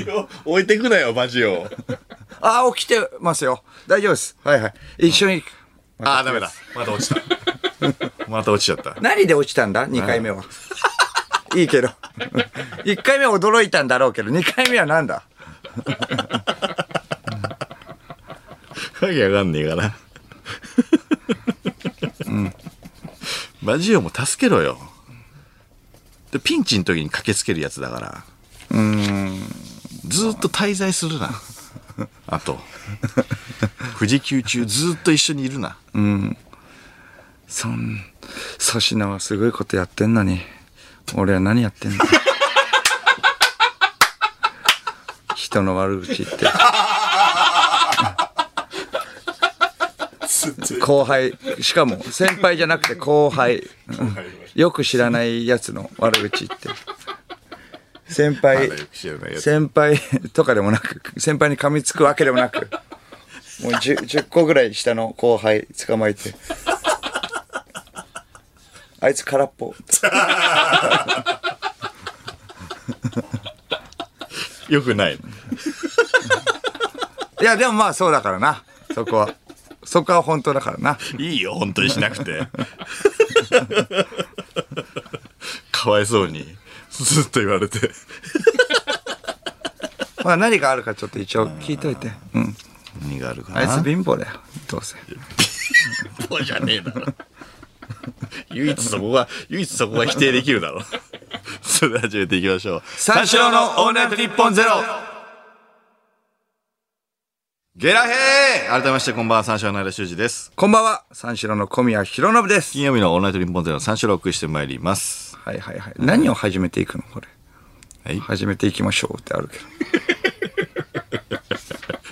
S1: 煙を置いてくなよ、バジオ。
S2: ああ、起きてますよ。大丈夫です。はいはい。一緒に。
S1: ああ、ダメだ。また落ちた。また落ちちゃった。
S2: 何で落ちたんだ ?2 回目は。いいけど。1回目は驚いたんだろうけど、2回目はなんだ
S1: わけわかんねえから。バジオも助けろよ。で、ピンチの時に駆けつけるやつだから。ずーっと滞在するな。あと。富士急中ずーっと一緒にいるな。
S2: そん、粗品はすごいことやってんのに、俺は何やって んだ人の悪口言って。後輩、しかも先輩じゃな くて後輩。うんよく知らないやつの悪口言って。先
S1: まだ
S2: 輩
S1: よ、く知らないやつ。
S2: 先輩 とかでもなく、先輩に噛みつくわけでもなく、 もう 10, 10個ぐらい下の後輩捕まえ て。あいつ空っぽ。
S1: よくない。
S2: いや、でもまあそうだからな。そこは。そこは本当だからな。
S1: いいよ、本当にしなくて。 かわいそうに、ずっと言われて。
S2: まあ何があるかちょっと一応聞いといて。うん。
S1: 何があるかな
S2: あいつ貧乏だよ。どうせ。
S1: そうじゃねえだろ。唯一そこが、唯一そこが否定できるだろ。それでは始めていきましょう。
S2: 三四郎のオールナイトニッポンゼロ
S1: ゲラヘー改めましてこんばんは、三四郎の間修二です。
S2: こんばんは。三四郎の小宮弘信です。
S1: 金曜日のオールナイトニッポンゼロ三四郎をお送りしてまいります。
S2: はいはいはい。何を始めていくのこれ。
S1: はい。
S2: 始めていきましょうってあるけど。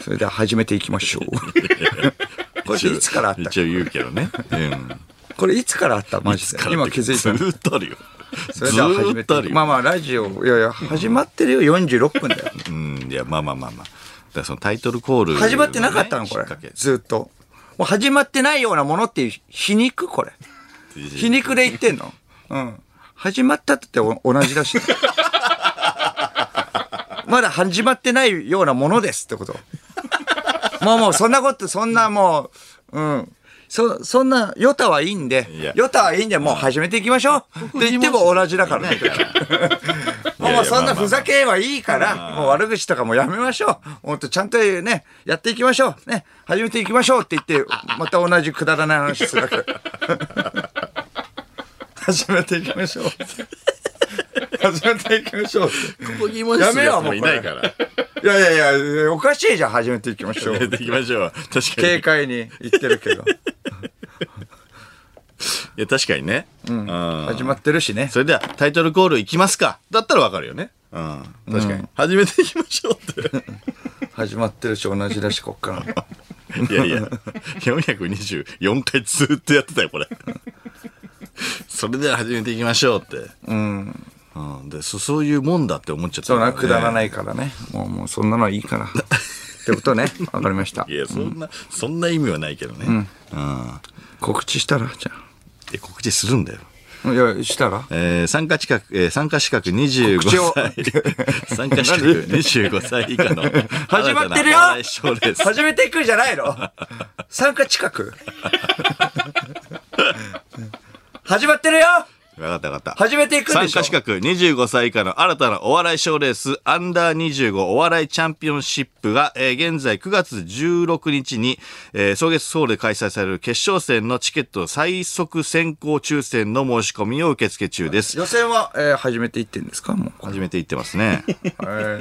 S2: それでは始めていきましょう。 これいつからあった
S1: 一応言うけどね。うん。
S2: これいつからあったマジで。今気づいたの
S1: ずーっとあるよ。
S2: それでは始め
S1: ずーっと
S2: て
S1: あ
S2: い
S1: る
S2: く。
S1: よ。
S2: まあまあラジオ、いやいや、始まって るよ46分だよ。
S1: うん、いや、まあまあまあまあ。だからそのタイトルコール、
S2: 始まってなかったの
S1: ね
S2: これ
S1: きっかけ。
S2: ずっと。もう始まってないようなものっていう皮肉これ。皮肉で言ってんのうん。始まったってお同じ だし。まだ始まってないようなものですってこと。もうもうそんなこと、そんなもう、うん。そ、そんな、ヨタはいいんで
S1: いや、
S2: ヨタはいいんで、もう始めていきましょうって言っても同じだからね。もうもうそんなふざけはいいから、もう悪口とかもやめましょう。ほんとちゃんとね、やっていきましょう。ね、始めていきましょうって言って、また同じくだらない話するわけ。 始めていきましょう。 始めていきましょうって。
S1: ここ疑問視するやつもいないから。
S2: いやいやいや、おかしいじゃん、始めていきましょ
S1: や
S2: う。
S1: っていきましょう。確かに。
S2: 軽快に言ってるけど。
S1: いや、確かにね。うん。
S2: 始まってるしね。
S1: それでは、タイトルコールいきますか。だったらわかるよね。うん。確かに。始めていきましょうっ
S2: 始まってるし、同じだし、こっから。
S1: て。いやいや、424回ずーっとやってたよ、これ。それでは始めていきましょうって。うん。でそそういうもんだって思っちゃった
S2: そ
S1: か
S2: う
S1: ら
S2: な、
S1: ね、
S2: くだら
S1: い
S2: ないからね。もう、もう、そんなのはいいから。ってことね。わかりました
S1: い。やそんな、そんな意味はないけどね、うん
S2: 告知したら、じゃ
S1: え告知するんだよ
S2: あ。いや、したら
S1: えー参加資格、えー参加資格25
S2: 告知を
S1: 歳。 参加資格25歳以下の。
S2: 始まってるよ
S1: 新たなお笑い賞レース
S2: 始めていくんじゃないの参加近く始まってるよ
S1: わかったわかった。
S2: 始めていくんで
S1: 参
S2: しょ
S1: 加資格25歳以下の新たなお笑い賞レース、アンダー25お笑いチャンピオンシップが、えー現在9月16日に、えー、草月ホールで開催される決勝戦のチケット最速先行抽選の申し込みを受付中です。
S2: 予選は、えー始めていってんですかもう。
S1: 始めていってます ね。
S2: え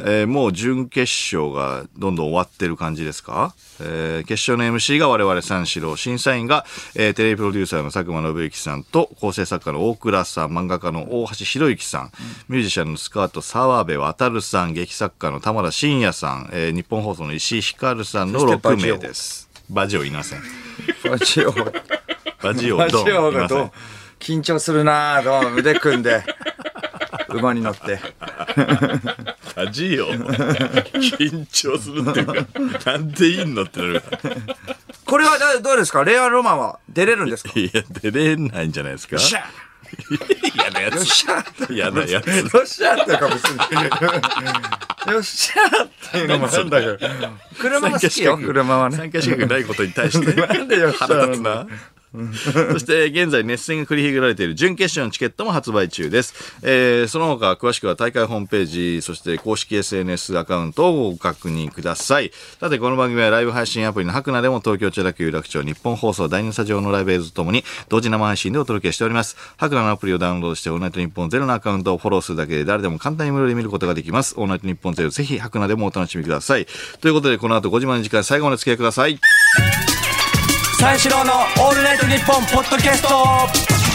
S1: えーもう準決勝がどんどん終わってる感じですか、えー決勝の MC が我々三四郎審査員が、えーテレビプロデューサーの佐久間信之さんと構成作家の大倉さん漫画家の大橋博之さん、ミュージシャンのスカート澤部渉さん劇作家の玉田真也さん、えー日本放送の石井ひかるさんの
S2: そしてバ
S1: 6
S2: ジオ
S1: 名ですバジオいません
S2: ー、バ ジオ、
S1: バジオ
S2: バジ
S1: ドン
S2: オ
S1: いま
S2: が
S1: せ、
S2: どうん緊張するなぁ、どう、腕組んで、馬に乗って。
S1: バジ オ緊張するっていうかなんでいいのってなるから
S2: これはだどうですかレアロマンは出れるんですかよ
S1: いや、出れないんじゃないですか。
S2: っしゃ
S1: 嫌なや
S2: よっ
S1: つ。
S2: しゃ
S1: 嫌なや つ。
S2: よっしゃっていうか別に。よっしゃっていうのもなんだけど。車が好きよ、車はね。
S1: 参加資格 ないことに対して。
S2: なんでよっしゃ
S1: 腹立つ な。そして現在熱戦が繰り広げられている準決勝のチケットも発売中です、えーその他詳しくは大会ホームページそして公式 SNS アカウントをご確認くださいさてこの番組はライブ配信アプリのハクナでも東京千代田区有楽町日本放送第2スタジオのライブ映像とともに同時生配信でお届けしておりますハクナのアプリをダウンロードしてオールナイトニッポンゼロのアカウントをフォローするだけで誰でも簡単に無料で見ることができますオールナイトニッポンゼロぜひハクナでもお楽しみくださいということでこの後5時までの時間最後までお付き合いください
S2: 三四郎のオールナイトニッポンポッドキャスト